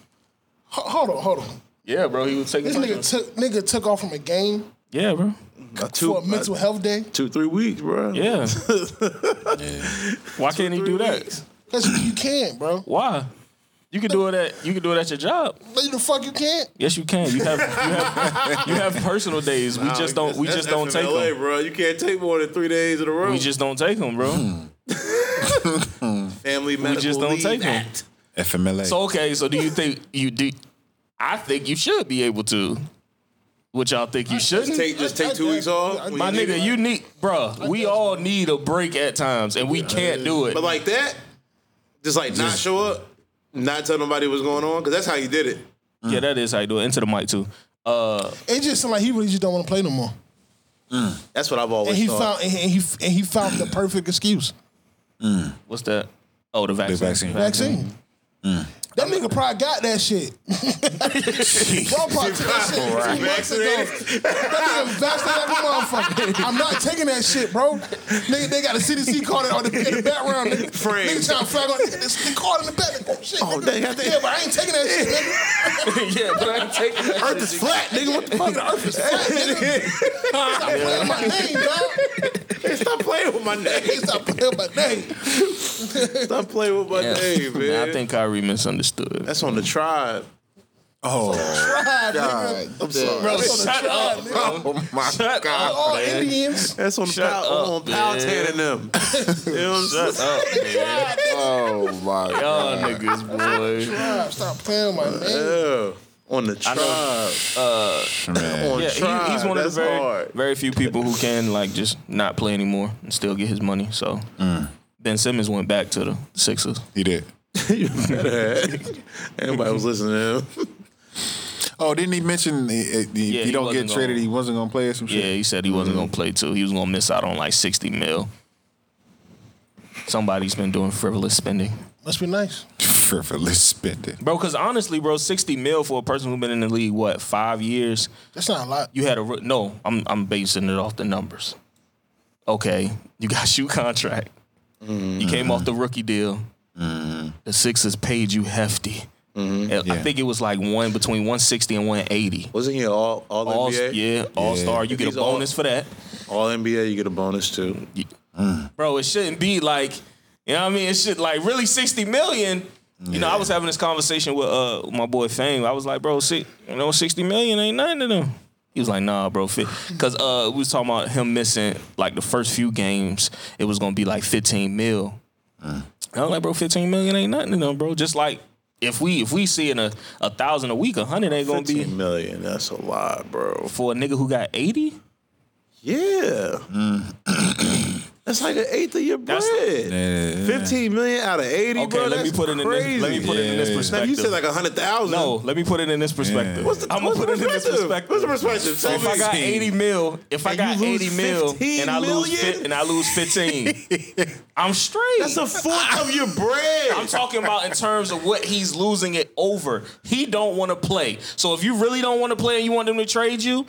Speaker 9: Ho- Hold on, hold on.
Speaker 3: yeah, bro, he would take a
Speaker 9: This
Speaker 3: personal.
Speaker 9: nigga took nigga took off from a game
Speaker 3: yeah, bro.
Speaker 7: Uh, two,
Speaker 9: for a mental
Speaker 7: uh,
Speaker 9: health day
Speaker 7: two three weeks, bro.
Speaker 3: Yeah. Why can't he do that?
Speaker 9: because you can't, bro.
Speaker 3: Why? You can do it at you can do it at your job.
Speaker 9: No, you the fuck you can't.
Speaker 3: Yes, you can. You have you have, you have personal days. We just don't we
Speaker 7: That's
Speaker 3: just don't take
Speaker 7: FMLA,
Speaker 3: them.
Speaker 7: bro. You can't take more than three days in a row.
Speaker 3: We just don't take them, bro.
Speaker 7: Family
Speaker 3: We
Speaker 7: medical
Speaker 3: just don't
Speaker 7: leave
Speaker 3: take them.
Speaker 7: act.
Speaker 6: FMLA.
Speaker 3: So okay, so do you think you do? I think you should be able to. What y'all think you shouldn't?
Speaker 7: Take just take two weeks off. when
Speaker 3: My
Speaker 7: you need
Speaker 3: nigga,
Speaker 7: it.
Speaker 3: you need, bruh. We all need a break at times, and we can't do it.
Speaker 7: But like that, just like not show up, not tell nobody what's going on, because that's how you did it.
Speaker 3: Yeah, that is how you do it. Into the mic too. Uh,
Speaker 9: It just seemed like he really just don't want to play no more.
Speaker 7: That's what I've always
Speaker 9: And he
Speaker 7: thought.
Speaker 9: found and he and he found the perfect excuse.
Speaker 3: what's that? Oh, the
Speaker 6: vaccine.
Speaker 3: vaccine.
Speaker 6: Mm.
Speaker 9: Vaccine. That nigga probably got that shit. Y'all probably took that shit two months ago. That nigga vaccinated like a motherfucker. I'm not taking that shit, bro. Nigga, they got a CDC card on the, in the background. Nigga,
Speaker 7: Frame.
Speaker 9: nigga trying to flag on this nigga card in the back. Oh, shit,
Speaker 7: Oh,
Speaker 9: nigga.
Speaker 7: dang, I think-
Speaker 9: Yeah, but I ain't taking that shit, nigga.
Speaker 3: yeah, but I ain't taking that
Speaker 7: Earth is flat, nigga. What the fuck? Earth is
Speaker 9: flat, nigga. Stop playing my name, dog.
Speaker 7: Stop playing with my name.
Speaker 9: Stop playing my name.
Speaker 7: Stop playing with my
Speaker 3: Yeah.
Speaker 7: name, man.
Speaker 3: I think Kyrie misunderstood.
Speaker 7: that's on the tribe.
Speaker 6: Oh,
Speaker 9: God, nigga.
Speaker 7: I'm sorry.
Speaker 3: Bro,
Speaker 9: That's on the
Speaker 3: shut
Speaker 9: trial,
Speaker 3: up,
Speaker 9: nigga.
Speaker 3: bro.
Speaker 6: oh my
Speaker 3: Shut
Speaker 6: God.
Speaker 3: up,
Speaker 9: All
Speaker 3: man.
Speaker 9: Indians.
Speaker 7: That's on
Speaker 3: Shut
Speaker 7: Pal-
Speaker 3: up,
Speaker 7: on Paltan
Speaker 3: man.
Speaker 7: and them. you know what I'm saying?
Speaker 3: Shut up, man.
Speaker 6: Oh my
Speaker 3: Y'all niggas, boy.
Speaker 9: Stop playing my name.
Speaker 7: Yeah. Uh, On the
Speaker 3: I
Speaker 7: tribe.
Speaker 3: know.
Speaker 6: man.
Speaker 7: On
Speaker 3: Yeah,
Speaker 7: tribe.
Speaker 3: he, he's one of the
Speaker 7: That's
Speaker 3: very,
Speaker 7: hard.
Speaker 3: very few people who can like just not play anymore and still get his money. So Ben Simmons went back to the Sixers.
Speaker 6: He did.
Speaker 7: you better have. Everybody was listening to him.
Speaker 6: Oh, didn't he mention if if
Speaker 3: Yeah,
Speaker 6: he
Speaker 3: he
Speaker 6: don't get
Speaker 3: wasn't
Speaker 6: traded,
Speaker 3: gonna-
Speaker 6: he wasn't gonna play or some
Speaker 3: Yeah,
Speaker 6: shit?
Speaker 3: he said he wasn't gonna play too. He was gonna miss out on like sixty mil. Somebody's been doing frivolous spending,
Speaker 9: Must be nice.
Speaker 6: Frivolous spending.
Speaker 3: bro. Because honestly, bro, sixty mil for a person who's been in the league what five years.
Speaker 9: That's not a lot.
Speaker 3: You had a ro- no. I'm I'm basing it off the numbers. Okay, you got shoe contract. You came off the rookie deal. The Sixers paid you hefty. And I
Speaker 6: Yeah.
Speaker 3: think it was like one between 160 and 180.
Speaker 7: Wasn't he all all,
Speaker 3: All
Speaker 7: NBA?
Speaker 3: yeah, all star. You get a
Speaker 7: He's all-
Speaker 3: bonus for that,
Speaker 7: All NBA, you get a bonus too.
Speaker 3: bro. It shouldn't be like you know what I mean. It should like really 60 million. You know, I was having this conversation with uh my boy Fame. I was like, bro, six, you know, 60 million ain't nothing to them. He was like, nah, bro, because uh, we was talking about him missing like the first few games. It was gonna be like 15 mil. I was like, bro, 15 million ain't nothing to them, bro. Just like if we if we seeing a a thousand a week, a hundred ain't gonna be
Speaker 7: 15 million. That's a lot, bro.
Speaker 3: for a nigga who got 80.
Speaker 7: Yeah. that's like an eighth of your bread.
Speaker 3: That's-
Speaker 7: 15 million out of 80,
Speaker 3: Okay,
Speaker 7: bro.
Speaker 3: let me
Speaker 7: that's
Speaker 3: put it in
Speaker 7: crazy.
Speaker 3: this. Let me put it in this
Speaker 6: Yeah.
Speaker 7: Now,
Speaker 3: perspective.
Speaker 7: you said like 100,000.
Speaker 3: No, let me put it in this perspective.
Speaker 6: Yeah.
Speaker 7: What's the,
Speaker 3: I'm gonna
Speaker 7: what's
Speaker 3: put
Speaker 7: the
Speaker 3: it in this perspective.
Speaker 7: What's the perspective?
Speaker 3: So
Speaker 7: Tell
Speaker 3: if I
Speaker 7: me.
Speaker 3: got 80 mil, if I
Speaker 7: And you
Speaker 3: got
Speaker 7: lose
Speaker 3: 80 mil
Speaker 7: 15
Speaker 3: and I lose
Speaker 7: million?
Speaker 3: fi- and I lose 15, I'm straight.
Speaker 7: That's a fourth of your bread.
Speaker 3: I'm talking about in terms of what he's losing it over. He don't want to play. So if you really don't want to play and you want them to trade you,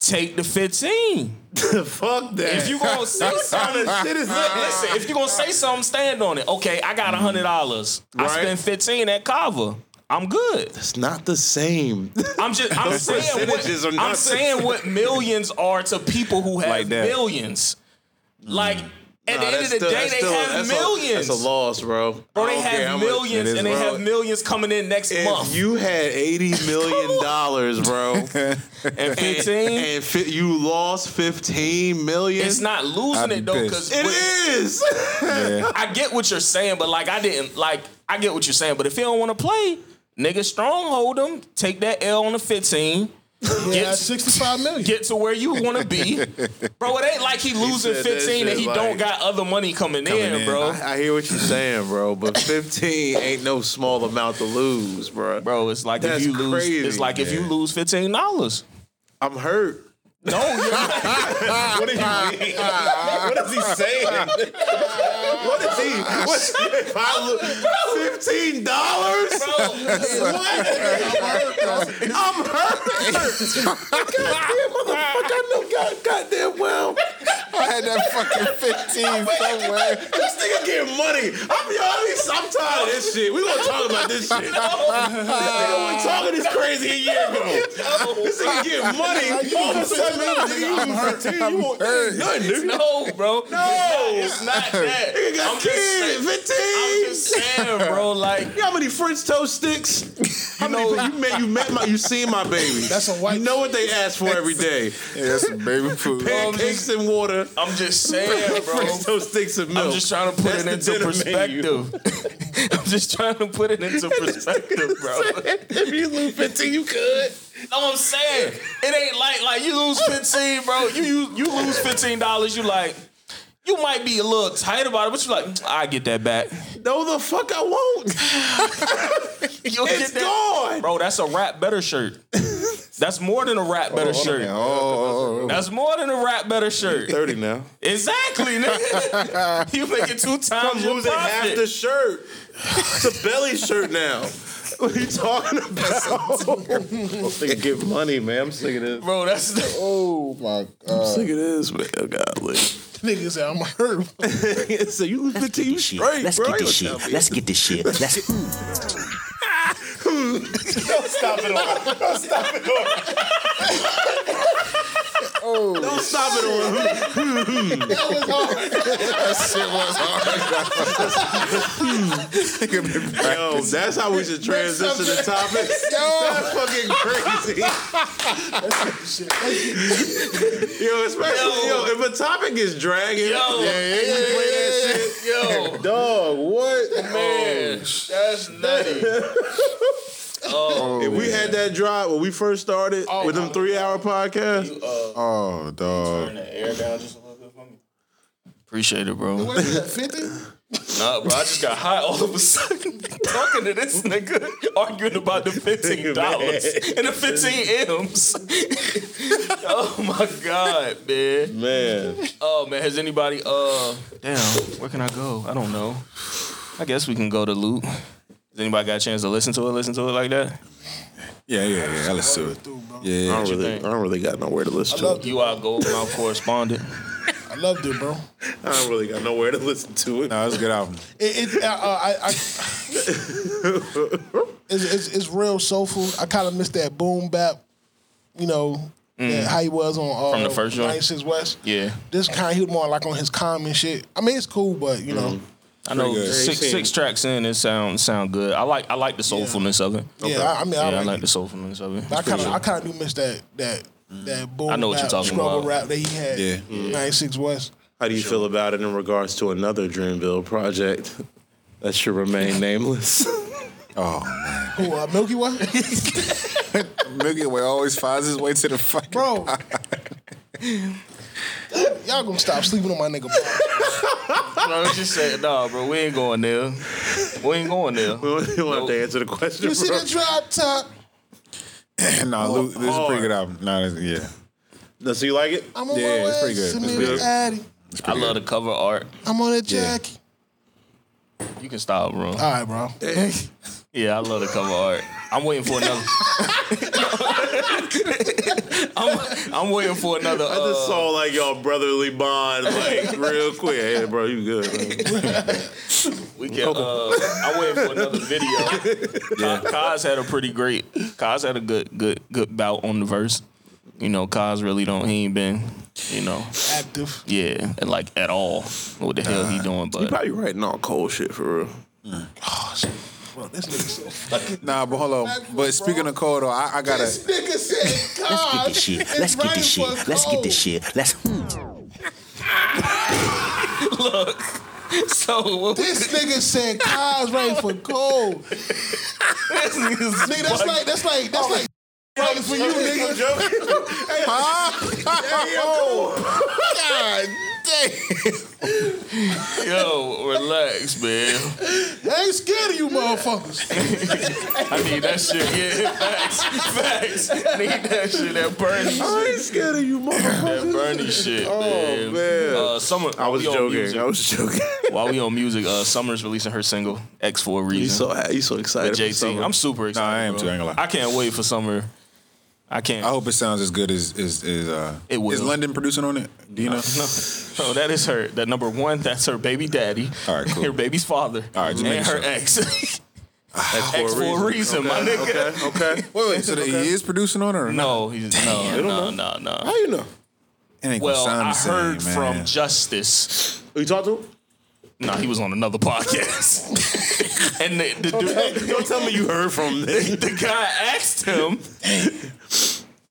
Speaker 3: take the 15.
Speaker 7: Fuck that.
Speaker 3: If you gonna say something,
Speaker 7: That shit is-
Speaker 3: Look, listen. If you gonna say something, stand on it. Okay, I got hundred dollars.
Speaker 7: Right.
Speaker 3: I spent fifteen at Kava. I'm good.
Speaker 7: That's not the same.
Speaker 3: I'm just I'm
Speaker 7: Those
Speaker 3: saying
Speaker 7: percentages are
Speaker 3: what
Speaker 7: not
Speaker 3: I'm
Speaker 7: the
Speaker 3: saying
Speaker 7: same.
Speaker 3: what millions are to people who have
Speaker 7: Like that. Mm.
Speaker 3: millions. Like at
Speaker 7: Nah,
Speaker 3: the end
Speaker 7: that's
Speaker 3: of the
Speaker 7: still-
Speaker 3: day,
Speaker 7: that's
Speaker 3: they
Speaker 7: still-
Speaker 3: have
Speaker 7: that's a-
Speaker 3: millions.
Speaker 7: that's a loss, bro.
Speaker 3: Bro,
Speaker 7: I
Speaker 3: they
Speaker 7: don't care how
Speaker 3: have
Speaker 7: much-
Speaker 3: millions
Speaker 7: It is,
Speaker 3: and they
Speaker 7: bro.
Speaker 3: have millions coming in next
Speaker 7: If
Speaker 3: month.
Speaker 7: you had eighty million dollars, bro, and
Speaker 3: fifteen,
Speaker 7: and, fi- you lost fifteen million.
Speaker 3: It's not losing it though, because
Speaker 7: it is.
Speaker 3: I get what you're saying, but like I didn't like I get what you're saying, but if you don't want to play, nigga, stronghold them. Take that L on the 15. get
Speaker 9: 65 million.
Speaker 3: Get to where you want to be, bro. It ain't like he losing
Speaker 7: said that
Speaker 3: 15 and
Speaker 7: shit
Speaker 3: he
Speaker 7: like-
Speaker 3: don't got other money coming,
Speaker 7: Coming
Speaker 3: in,
Speaker 7: in.
Speaker 3: bro.
Speaker 7: I, I hear what you're saying, bro, but 15 ain't no small amount to lose, bro.
Speaker 3: Bro, it's like
Speaker 7: That's
Speaker 3: if you lose,
Speaker 7: crazy,
Speaker 3: it's like if you
Speaker 7: man.
Speaker 3: lose fifteen dollars.
Speaker 7: I'm hurt.
Speaker 3: No, you're not.
Speaker 7: what do you mean? what is he saying? what is he? What's if I lose fifteen dollars? What? I'm hurt. goddamn motherfucker! I know god, goddamn well. I had that fucking fifteen somewhere. This nigga getting money. I'm y'all. I'm tired of this shit. We gonna talk about this shit. This nigga wasn't talking this crazy a year ago. This nigga getting money. All of a sudden, nigga, you lose fifteen. You want nothing, nigga.
Speaker 3: No, bro.
Speaker 7: No,
Speaker 3: it's not, it's not that.
Speaker 7: Nigga got
Speaker 3: I'm just
Speaker 7: kids,
Speaker 3: saying-
Speaker 7: 15.
Speaker 3: I'm just saying, bro. Like,
Speaker 7: you know how many French toast sticks? How many? You met, you met my, you seen my baby. That's a white. You know what they ask for every day?
Speaker 6: Yeah, that's some baby food.
Speaker 7: Pancakes and water.
Speaker 3: I'm just saying, bro.
Speaker 7: French toast sticks and milk.
Speaker 3: I'm just trying to put
Speaker 7: That's
Speaker 3: it
Speaker 7: the
Speaker 3: into
Speaker 7: dinner menu.
Speaker 3: perspective. I'm just trying to put it into perspective, bro.
Speaker 7: if you lose 15, you could.
Speaker 3: No, I'm saying it ain't like like you lose 15, bro. You you you lose 15 dollars. You like you might be a little tight about it, but you like "Mm, I get that back.
Speaker 7: No, the fuck I won't.
Speaker 3: You'll
Speaker 7: It's gone.
Speaker 3: bro. That's a rap better shirt. That's more than a rap better shirt. That's more than a rap better shirt.
Speaker 7: 30 now.
Speaker 3: Exactly, nigga. you making two
Speaker 7: I'm
Speaker 3: times your
Speaker 7: losing half
Speaker 3: profit.
Speaker 7: the shirt. It's a belly shirt now. What are you talking about? they give money, man. I'm sick of this.
Speaker 3: bro. That's the,
Speaker 9: Oh my
Speaker 7: I'm
Speaker 9: god.
Speaker 7: sick of this, man. Oh, golly.
Speaker 9: Nigga said I'm hurt.
Speaker 7: so you lose 15, you
Speaker 8: shit.
Speaker 7: straight,
Speaker 8: Let's
Speaker 7: bro.
Speaker 8: get
Speaker 7: You
Speaker 8: this
Speaker 7: don't tell
Speaker 8: shit.
Speaker 7: me.
Speaker 8: Let's get this shit. Let's hmm,
Speaker 7: Don't stop it on. Don't stop it on.
Speaker 9: Oh,
Speaker 7: Don't stop it on.
Speaker 9: that was hard.
Speaker 6: That shit was hard.
Speaker 7: Yo, that's how we should transition the topic.
Speaker 9: Yo,
Speaker 7: That's fucking crazy. yo, especially yo. if a topic is dragging,
Speaker 3: Yo.
Speaker 7: yeah, yeah, yeah, yeah, yeah,
Speaker 3: Yo,
Speaker 7: yeah. dog, what
Speaker 3: man, that's nutty.
Speaker 7: If we had that drop when we first started with them three hour podcasts,
Speaker 6: Oh, dog.
Speaker 3: Appreciate it, bro.
Speaker 9: what is that? Fifty?
Speaker 3: Nah, bro, I just got high all of a sudden talking to this nigga, arguing about the fifteen dollars and the fifteen m's. oh my god, man!
Speaker 7: man,
Speaker 3: Oh man, has anybody? Uh, damn, where can I go? I don't know. I guess we can go to Loot. Has anybody got a chance to listen to it? Listen to it like that?
Speaker 6: Yeah, yeah, yeah. I listen to it. Yeah,
Speaker 7: I
Speaker 6: yeah.
Speaker 7: don't really, I don't really got nowhere to listen to. it.
Speaker 3: You are gold mouth correspondent.
Speaker 9: I loved it, bro.
Speaker 7: I don't really got nowhere to listen to it.
Speaker 6: No, it's a good album.
Speaker 9: It, it uh, uh, I, I, it's, it's, it's real soulful. I kind of miss that boom bap, you know, that how he was on uh,
Speaker 3: Mm. From the first joint?
Speaker 9: 96 West.
Speaker 3: Yeah,
Speaker 9: This kind of he was more like on his calm and shit. I mean, it's cool, but you know,
Speaker 3: I know
Speaker 6: good.
Speaker 3: six six tracks in. It sound sound good. I like I like the soulfulness of it.
Speaker 9: yeah. I, I
Speaker 3: Mm-hmm.
Speaker 9: mean,
Speaker 3: Yeah,
Speaker 9: I,
Speaker 3: I
Speaker 9: like,
Speaker 3: like
Speaker 9: it.
Speaker 3: the soulfulness of it.
Speaker 9: But I
Speaker 3: It's
Speaker 9: kind
Speaker 3: pretty
Speaker 9: of,
Speaker 3: good.
Speaker 9: I kind of do miss that that that boom.
Speaker 3: I know what
Speaker 9: bap,
Speaker 3: you're talking
Speaker 9: struggle
Speaker 3: about.
Speaker 9: rap that he had. '96 West.
Speaker 7: How do you feel about it in regards to another Dreamville project that should remain nameless?
Speaker 9: Who? Uh, Milky Way.
Speaker 6: Milky Way always finds his way to the fucking.
Speaker 9: Bro. Y'all gonna stop sleeping on my nigga.
Speaker 3: No, she said, nah, bro, we ain't going there. We ain't going there.
Speaker 7: you don't have to answer the question,
Speaker 9: You see
Speaker 7: bro.
Speaker 9: that drop top?
Speaker 6: nah, Luke, this is a
Speaker 7: hard.
Speaker 6: pretty good album. Nah, this, yeah.
Speaker 7: No, so you like it?
Speaker 9: I'm on
Speaker 6: Yeah,
Speaker 9: my way.
Speaker 6: it's pretty good.
Speaker 9: to
Speaker 6: It's
Speaker 9: meet
Speaker 6: pretty good.
Speaker 9: Addy.
Speaker 3: I love the cover art.
Speaker 9: I'm on a
Speaker 6: Yeah.
Speaker 9: Jackie.
Speaker 3: You can stop, bro.
Speaker 9: All right, bro.
Speaker 3: Yeah, I love the cover art. I'm waiting for another. I'm, I'm waiting for another.
Speaker 7: I just saw like y'all brotherly bond, like real quick. Hey, bro, you good?
Speaker 3: we can. Uh, I'm waiting for another video. Ka- Kaz had a pretty great. Kaz had a good, good, good bout on the verse. You know, Kaz really don't. He ain't been. You know,
Speaker 9: active.
Speaker 3: Yeah, and like at all. What the hell he doing? But
Speaker 7: he probably writing all cold shit for real.
Speaker 9: Bro, this nigga so fucking.
Speaker 6: Nah, but hold on. But speaking of cold, though, I, I gotta.
Speaker 9: This nigga said,
Speaker 8: Let's get
Speaker 9: God,
Speaker 8: this shit.
Speaker 9: it's writing for
Speaker 8: Let's get this shit. Let's get this shit. Let's. hmm.
Speaker 3: Look. So what
Speaker 9: This nigga said Kai's ready for gold. nigga, that's like that's like that's like
Speaker 7: Oh.
Speaker 9: writing for you, nigga. Hey,
Speaker 3: Yo, relax, man.
Speaker 9: I ain't scared of you, motherfuckers.
Speaker 3: I need that shit. Yeah, facts, facts. Need that shit. That Bernie shit.
Speaker 7: ain't scared of you,
Speaker 3: That
Speaker 7: motherfucker.
Speaker 3: Bernie shit. Oh man.
Speaker 7: man.
Speaker 3: Uh, summer.
Speaker 7: I was
Speaker 3: we on
Speaker 7: joking.
Speaker 3: music.
Speaker 7: I was joking.
Speaker 3: While we on music, uh, Summer's releasing her single X for a reason.
Speaker 7: He's so he's so excited.
Speaker 3: with
Speaker 7: for
Speaker 3: JT.
Speaker 7: summer.
Speaker 3: I'm super excited.
Speaker 6: I am
Speaker 3: bro.
Speaker 6: too, I ain't gonna lie.
Speaker 3: I can't wait for summer. I can't.
Speaker 6: I hope it sounds as good as is is uh.
Speaker 3: It will.
Speaker 6: Is London producing on it? Do you know?
Speaker 3: No, no, that is her. That number one, that's her baby daddy.
Speaker 6: All right, cool.
Speaker 3: Her baby's father.
Speaker 6: All right, just
Speaker 3: and
Speaker 6: making
Speaker 3: her
Speaker 6: sure.
Speaker 3: ex.
Speaker 7: That's
Speaker 3: X for a reason, my nigga.
Speaker 7: Okay. okay.
Speaker 6: Wait, wait. So that he is producing on it? Or
Speaker 3: No, he's no, no, no, no.
Speaker 7: How you know?
Speaker 6: It ain't gonna
Speaker 3: Well,
Speaker 6: sound the
Speaker 3: I
Speaker 6: same,
Speaker 3: heard from
Speaker 6: man.
Speaker 3: Justice.
Speaker 7: You talk to him?
Speaker 3: No, he was on another podcast. and the, the dude,
Speaker 7: Don't tell me you heard from this.
Speaker 3: the guy asked him,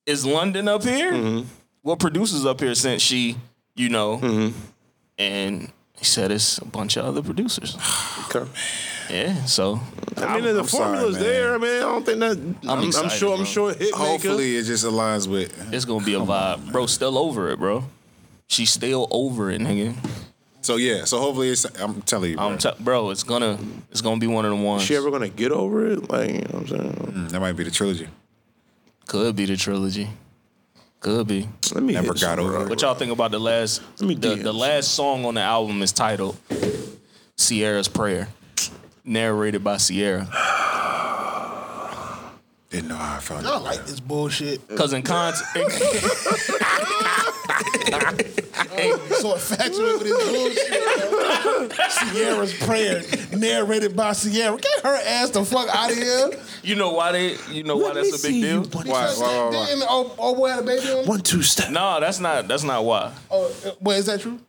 Speaker 3: "Is London up here?
Speaker 7: Mm-hmm.
Speaker 3: What producers up here since she, you know?"
Speaker 7: Mm-hmm.
Speaker 3: And he said, "It's a bunch of other producers." Yeah, so
Speaker 7: I mean, the
Speaker 6: I'm
Speaker 7: formula's
Speaker 6: sorry, man.
Speaker 7: there. I mean, I don't think that. I'm, I'm,
Speaker 3: excited,
Speaker 7: sure.
Speaker 3: bro.
Speaker 7: I'm sure. Hitmaker.
Speaker 6: Hopefully, it just aligns with.
Speaker 3: it's gonna be a vibe, bro. Still over it, bro. She's still over it, nigga.
Speaker 6: So yeah. So hopefully, it's. I'm telling you, bro,
Speaker 3: I'm t- bro. It's gonna, it's gonna be one of the ones.
Speaker 7: Is she ever gonna get over it? Like, you know what I'm saying?
Speaker 6: that might be the trilogy.
Speaker 3: Could be the trilogy. Could be.
Speaker 7: Let me
Speaker 6: Never
Speaker 7: hit
Speaker 6: got
Speaker 7: you,
Speaker 6: over.
Speaker 7: bro.
Speaker 6: it.
Speaker 3: What y'all think about the last?
Speaker 7: me
Speaker 3: the,
Speaker 7: DM.
Speaker 3: the last song on the album is titled "Sierra's Prayer," narrated by Sierra.
Speaker 6: Didn't know how I felt.
Speaker 9: I like this bullshit.
Speaker 3: Cause in context,
Speaker 9: So infatuated with this bullshit. bro. Sierra's prayer, narrated by Sierra. Get her ass the fuck out of here.
Speaker 3: you know why they, you know why that's a big deal.
Speaker 6: Why? Why? Why? why?
Speaker 9: Didn't old, old boy had a baby on?
Speaker 7: One two step.
Speaker 3: No, that's not. That's not why.
Speaker 9: Oh, uh, wait, is that true?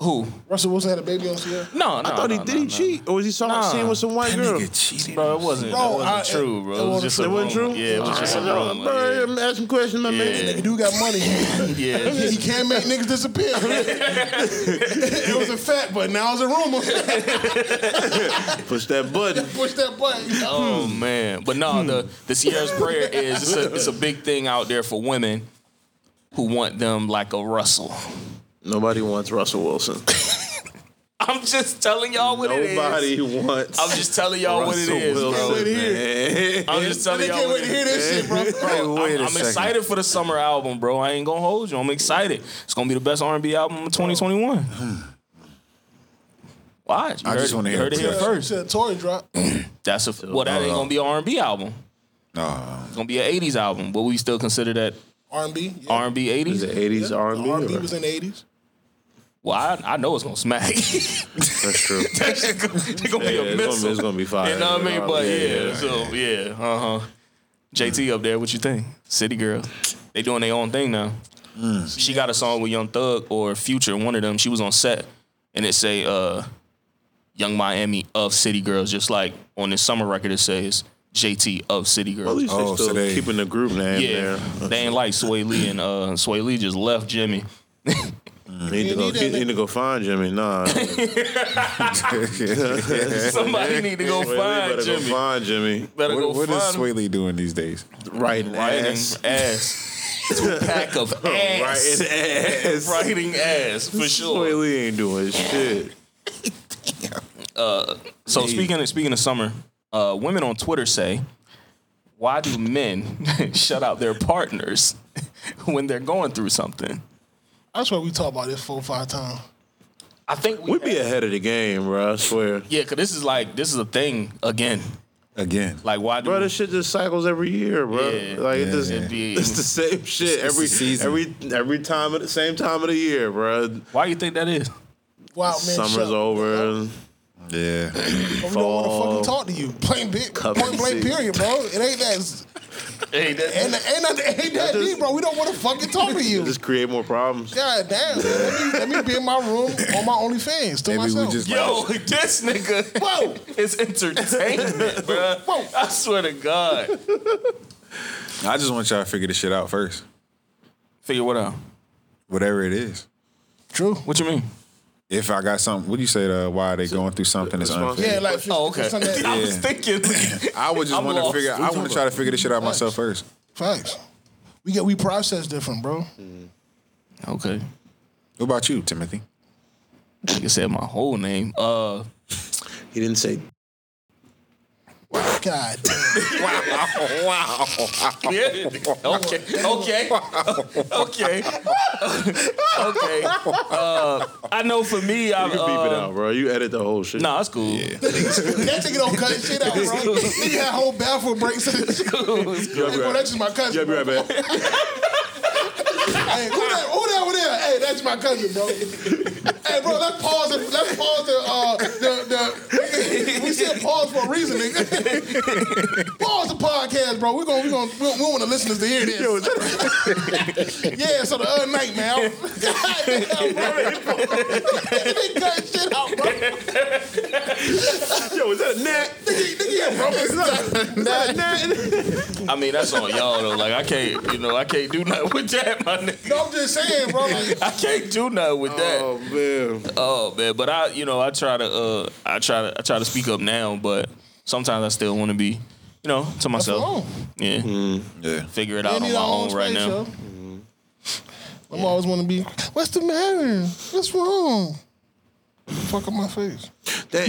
Speaker 3: Who?
Speaker 9: Russell Wilson had a baby on Sierra?
Speaker 3: No, no.
Speaker 7: I thought he
Speaker 3: no,
Speaker 7: did.
Speaker 3: no,
Speaker 7: he
Speaker 3: no.
Speaker 7: cheat, or was he talking about
Speaker 3: Nah.
Speaker 7: seeing with some white girl?
Speaker 6: cheated.
Speaker 3: Bro, it wasn't.
Speaker 9: Bro,
Speaker 3: that wasn't
Speaker 9: I-
Speaker 3: true, bro.
Speaker 9: it
Speaker 3: It, was
Speaker 9: wasn't
Speaker 3: just
Speaker 9: true.
Speaker 3: a
Speaker 7: It wasn't
Speaker 3: rumor.
Speaker 7: true?
Speaker 3: Yeah, it was just a
Speaker 7: Bro,
Speaker 3: rumor. Yeah.
Speaker 7: Oh, I'm asking questions, my man.
Speaker 9: He do got money.
Speaker 3: Yeah.
Speaker 9: he can't make niggas disappear. it was a fact, but now it's a rumor.
Speaker 7: Push that button.
Speaker 9: Push that button.
Speaker 3: Oh man, but no, the the Sierra's prayer is it's a, it's a big thing out there for women who want them like a Russell.
Speaker 7: Nobody wants Russell Wilson.
Speaker 3: I'm just telling y'all what it is.
Speaker 7: Nobody wants.
Speaker 3: I'm just telling y'all what it
Speaker 7: Russell
Speaker 3: is, bro.
Speaker 7: Wilson, man.
Speaker 3: I'm just telling
Speaker 9: They
Speaker 3: y'all.
Speaker 9: can't
Speaker 3: What
Speaker 9: wait to
Speaker 3: it is.
Speaker 9: hear this shit, bro.
Speaker 6: Hey, wait
Speaker 3: I'm,
Speaker 6: a
Speaker 3: I'm
Speaker 6: second.
Speaker 3: excited for the summer album, bro. I ain't gonna hold you. I'm excited. It's gonna be the best R&B album of 2021. Watch. You
Speaker 6: I
Speaker 3: heard
Speaker 6: just
Speaker 3: it-
Speaker 6: wanna
Speaker 3: you
Speaker 6: hear
Speaker 3: heard
Speaker 6: it.
Speaker 3: it here
Speaker 6: Yeah.
Speaker 3: first.
Speaker 9: Said uh, Tory drop.
Speaker 3: That's a well. That ain't gonna be an R&B album.
Speaker 6: No.
Speaker 3: It's gonna be an 80s album. But we still consider that
Speaker 9: R&B. yeah.
Speaker 3: R&B 80s.
Speaker 7: Is it 80s R&B?
Speaker 9: R&B
Speaker 7: or-
Speaker 9: was in the 80s.
Speaker 3: Well, I, I know it's gonna smack.
Speaker 7: That's true.
Speaker 3: That shit gonna- they gonna
Speaker 7: Yeah,
Speaker 3: be a
Speaker 7: it's gonna be-
Speaker 3: missile.
Speaker 7: it's gonna be fire.
Speaker 3: You know what I mean? But
Speaker 7: Yeah,
Speaker 3: yeah,
Speaker 7: yeah,
Speaker 3: so yeah, uh huh. JT up there, what you think? City Girl, they doing their own thing now.
Speaker 7: Mm.
Speaker 3: She got a song with Young Thug or Future, one of them. She was on set, and it say uh, Young Miami of City Girls, just like on this summer record it says JT of City Girls.
Speaker 7: At least
Speaker 6: Oh,
Speaker 7: they still
Speaker 6: so they-
Speaker 7: keeping the group name
Speaker 3: yeah,
Speaker 7: there.
Speaker 3: they ain't like Sway Lee and uh, Sway Lee just left Jimmy.
Speaker 7: He need, to go,
Speaker 9: need that
Speaker 7: he
Speaker 9: nigga.
Speaker 7: need to go find Jimmy. Nah, Wait,
Speaker 3: Somebody need to go
Speaker 7: we
Speaker 3: find
Speaker 7: better
Speaker 3: Jimmy.
Speaker 7: Go find Jimmy.
Speaker 3: better go
Speaker 6: What, what is
Speaker 3: find him.
Speaker 6: Sway Lee doing these days?
Speaker 7: Writing
Speaker 3: Writing
Speaker 7: ass.
Speaker 3: ass. Two pack of ass.
Speaker 7: Writing ass.
Speaker 3: Writing ass, for
Speaker 7: Boy,
Speaker 3: sure.
Speaker 7: Lee ain't doing shit.
Speaker 3: So speaking of, speaking of summer, uh, women on Twitter say, "Why do men shut out their partners when they're going through something?"
Speaker 9: That's why we talk about this four or five times.
Speaker 3: I think we,
Speaker 7: We'd be ahead of the game, bro. I swear.
Speaker 3: yeah, because this is like this is a thing again.
Speaker 6: Again.
Speaker 3: Like why do
Speaker 7: bro? This shit just cycles every year, bro.
Speaker 3: Yeah.
Speaker 7: like it
Speaker 3: Yeah.
Speaker 7: just,
Speaker 3: It be-
Speaker 7: it's the same shit
Speaker 3: It's- it's
Speaker 7: every
Speaker 3: the season.
Speaker 7: every every time of the same time of the year, bro.
Speaker 3: Why you think that is?
Speaker 9: Wow, man.
Speaker 7: Summer's
Speaker 9: shut up.
Speaker 7: over.
Speaker 6: Yeah.
Speaker 9: But We don't want to fucking talk to you. Plain bit,
Speaker 7: Cup
Speaker 9: point
Speaker 7: and
Speaker 9: blank
Speaker 7: seat.
Speaker 9: period, bro. It ain't that.
Speaker 3: Hey, that,
Speaker 9: Ain't, ain't that, ain't that deep, bro. We don't want to fucking talk to you.
Speaker 7: Just create more problems.
Speaker 9: God damn. Let me, let me be in my room on my OnlyFans to myself.
Speaker 3: Yo, this nigga
Speaker 9: Whoa.
Speaker 3: is entertainment, bro. I swear to God.
Speaker 6: I just want y'all to figure this shit out first.
Speaker 3: Figure what out?
Speaker 6: Whatever it is.
Speaker 9: True.
Speaker 3: What you mean?
Speaker 6: If I got something, what do you say to uh, why they going through something that's unfair?
Speaker 9: Yeah, like
Speaker 3: Oh, okay.
Speaker 9: something that-
Speaker 3: I was thinking.
Speaker 6: I would just
Speaker 3: I'm
Speaker 6: want to
Speaker 3: lost.
Speaker 6: figure.
Speaker 3: What
Speaker 6: I
Speaker 3: you
Speaker 6: want
Speaker 3: talking
Speaker 6: to try to figure this shit out myself first.
Speaker 9: Facts. We get we process different, bro.
Speaker 7: Mm.
Speaker 3: Okay.
Speaker 6: What about you, Timothy?
Speaker 3: Nigga said my whole name. Uh,
Speaker 7: he didn't say.
Speaker 9: God damn.
Speaker 6: wow.
Speaker 3: Yeah. Okay. Okay. Okay. okay. Uh, I know for me, I.
Speaker 7: You can beep it
Speaker 3: Uh,
Speaker 7: out, bro. You edit the whole shit.
Speaker 3: nah, that's cool.
Speaker 9: That nigga don't cut shit out, bro. He had whole bathroom breaks and shit.
Speaker 7: Yeah,
Speaker 9: Hey,
Speaker 7: be
Speaker 9: bro,
Speaker 7: right,
Speaker 9: that's just my cousin.
Speaker 7: yeah, be right back.
Speaker 9: Hey, who that, who that over there? Hey, that's my cousin, bro. hey, bro, let's pause. The, let's pause the, uh, the the. We said pause for a reason, nigga. pause the podcast, bro. We're gonna we gonna we, we want the listeners to hear this. yeah. So the other night, man. I was, goddamn, bro. they cut shit out, bro.
Speaker 7: Yo, is that a net?
Speaker 9: Nigga, nigga, yeah, bro.
Speaker 3: I mean, that's on y'all though. Like, I can't, you know, I can't do nothing with that, my nigga.
Speaker 9: No, I'm just saying, bro. Like,
Speaker 3: I can't do nothing with that.
Speaker 7: Oh man.
Speaker 3: Oh man, but I you know I try to uh I try to I try to speak up now, but sometimes I still want to be you know to myself.
Speaker 9: wrong.
Speaker 3: Yeah, Mm-hmm.
Speaker 6: Yeah.
Speaker 3: figure it
Speaker 9: They
Speaker 3: out on
Speaker 9: need
Speaker 3: my
Speaker 9: our
Speaker 3: own right
Speaker 9: space,
Speaker 3: now. Mm-hmm.
Speaker 9: yo. I'm always want to be. What's the matter? What's wrong? Fuck up my face.
Speaker 7: Damn.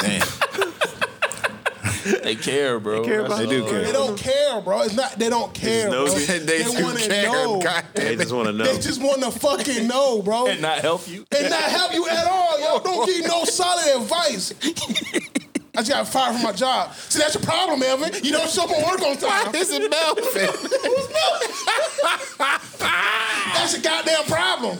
Speaker 6: Damn.
Speaker 3: They care, bro.
Speaker 7: care
Speaker 3: That's
Speaker 6: They
Speaker 7: about-
Speaker 6: do
Speaker 3: all.
Speaker 9: They
Speaker 6: care.
Speaker 9: don't care, bro. It's not. They don't care.
Speaker 7: know
Speaker 9: bro.
Speaker 7: you-
Speaker 9: They, want to know.
Speaker 6: God
Speaker 7: They
Speaker 6: damn it.
Speaker 7: just want to know.
Speaker 9: They just want to fucking know, bro.
Speaker 3: And not help you.
Speaker 9: and not help you at all. Y'all don't give no solid advice. I just got fired from my job. See, that's your problem, Evan. You don't show up on work on time.
Speaker 6: This is Melvin.
Speaker 9: That's a goddamn problem.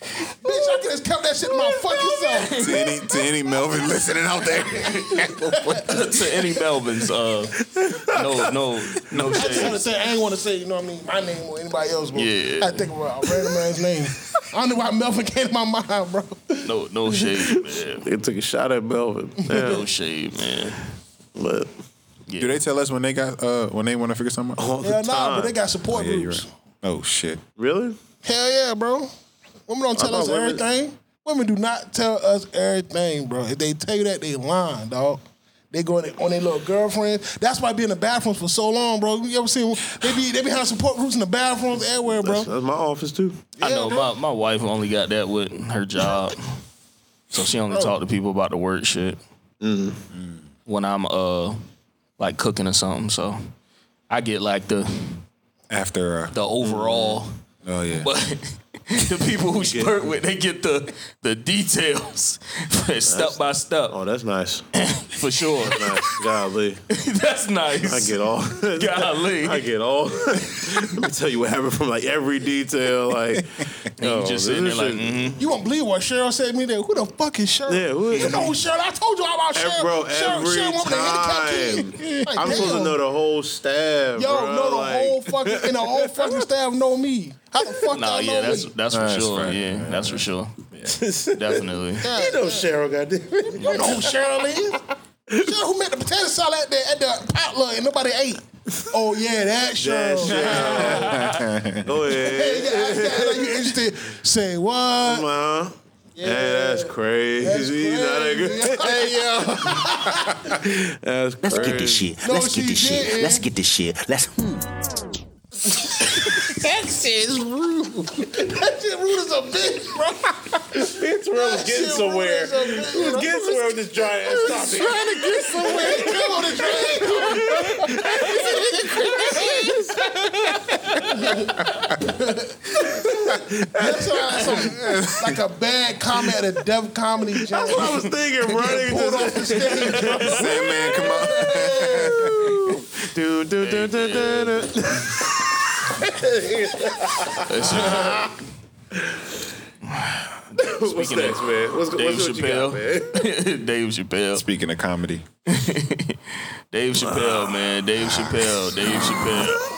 Speaker 9: Bitch, I could just kept that shit to my fucking self.
Speaker 6: to, any, to any Melvin listening out there.
Speaker 3: to any Melvins, uh, no, no, no
Speaker 9: I just want
Speaker 3: shade.
Speaker 9: to say, I ain't want to say, you know what I mean, my name or anybody else, bro.
Speaker 3: Yeah.
Speaker 9: I think about a random man's name. I don't know why Melvin came to my mind, bro.
Speaker 3: No, no shade, man.
Speaker 7: They took a shot at Melvin.
Speaker 3: No
Speaker 9: Oh,
Speaker 7: Yeah,
Speaker 3: shade, man.
Speaker 7: but
Speaker 6: Do they tell us when they got uh when they want to figure something out?
Speaker 7: all the
Speaker 9: Hell nah,
Speaker 7: time.
Speaker 9: but they got support
Speaker 6: yeah, you're
Speaker 9: groups.
Speaker 6: right. Oh shit.
Speaker 7: Really?
Speaker 9: Hell yeah, bro. Women don't tell
Speaker 7: thought
Speaker 9: us
Speaker 7: women-
Speaker 9: everything. Women do not tell us everything, bro. If they tell you that, they lying, dog. They go on their, on their little girlfriends. That's why I be in the bathrooms for so long, bro. You ever seen they be they be having support groups in the bathrooms everywhere, bro.
Speaker 7: That's, that's my office too.
Speaker 3: I know my, my wife only got that with her job, so she
Speaker 6: Oh.
Speaker 3: only talked to people about the work shit
Speaker 6: Mm.
Speaker 3: when I'm uh like cooking or something. So I get like the
Speaker 6: After uh,
Speaker 3: the overall,
Speaker 6: oh yeah.
Speaker 3: but the people who she work with they get the the details step by step
Speaker 7: Oh, that's nice.
Speaker 3: for sure.
Speaker 7: Nice. Golly,
Speaker 3: That's nice.
Speaker 7: I get all.
Speaker 3: Golly.
Speaker 7: I get all. Let me tell you what happened from like every detail. Like, oh,
Speaker 3: you just sitting there like, mm-hmm.
Speaker 9: You won't believe what Cheryl said to me there. Who the fuck is Cheryl?
Speaker 7: Yeah, who is-
Speaker 9: you know who Cheryl? I told you all
Speaker 3: mm-hmm.
Speaker 9: about Cheryl.
Speaker 7: bro,
Speaker 9: Cheryl,
Speaker 7: every
Speaker 9: Cheryl won't be a handicap
Speaker 7: time.
Speaker 9: kid. Like,
Speaker 7: I'm supposed to
Speaker 9: damn.
Speaker 7: know the whole staff.
Speaker 9: Yo,
Speaker 7: bro.
Speaker 9: know the
Speaker 7: like,
Speaker 9: whole fucking and the whole fucking staff know me. How the fuck
Speaker 3: Nah,
Speaker 9: y'all
Speaker 3: yeah,
Speaker 9: know
Speaker 3: that's
Speaker 9: me?
Speaker 3: that's for
Speaker 6: That's
Speaker 3: sure.
Speaker 6: right.
Speaker 3: Yeah, that's for sure. Definitely.
Speaker 7: You know Cheryl, goddamn.
Speaker 9: You know who Cheryl is? Cheryl who made the potato salad at the, at the potluck and nobody ate. Oh yeah, that Cheryl.
Speaker 7: That shit. Go ahead,
Speaker 9: Hey, yeah, I- yeah, like, you interested? Say what?
Speaker 7: man. Yeah, that's crazy.
Speaker 9: crazy.
Speaker 7: Hey, yo. that's
Speaker 8: Let's
Speaker 7: crazy.
Speaker 8: get this shit.
Speaker 9: No,
Speaker 8: Let's
Speaker 9: she
Speaker 8: get this
Speaker 9: didn't.
Speaker 8: shit. Let's get this shit. Let's hmm.
Speaker 9: That shit is rude. that shit rude as a bitch, bro.
Speaker 7: That's where I was getting somewhere. He was getting somewhere with this giant ass topic.
Speaker 9: trying to get somewhere. Come on, the train. That's your ass on, like a bad comment at a deaf comedy jam. That's
Speaker 7: what I was thinking, bro. They
Speaker 9: pulled off the stage.
Speaker 7: man, come on. do, do, do, do, do, do.
Speaker 3: What's next,
Speaker 7: man? What's-
Speaker 3: Dave
Speaker 7: what's- what you got,
Speaker 3: Chappelle. Dave Chappelle.
Speaker 6: Speaking of comedy,
Speaker 3: Dave Chappelle, man. Dave Chappelle. Dave Chappelle.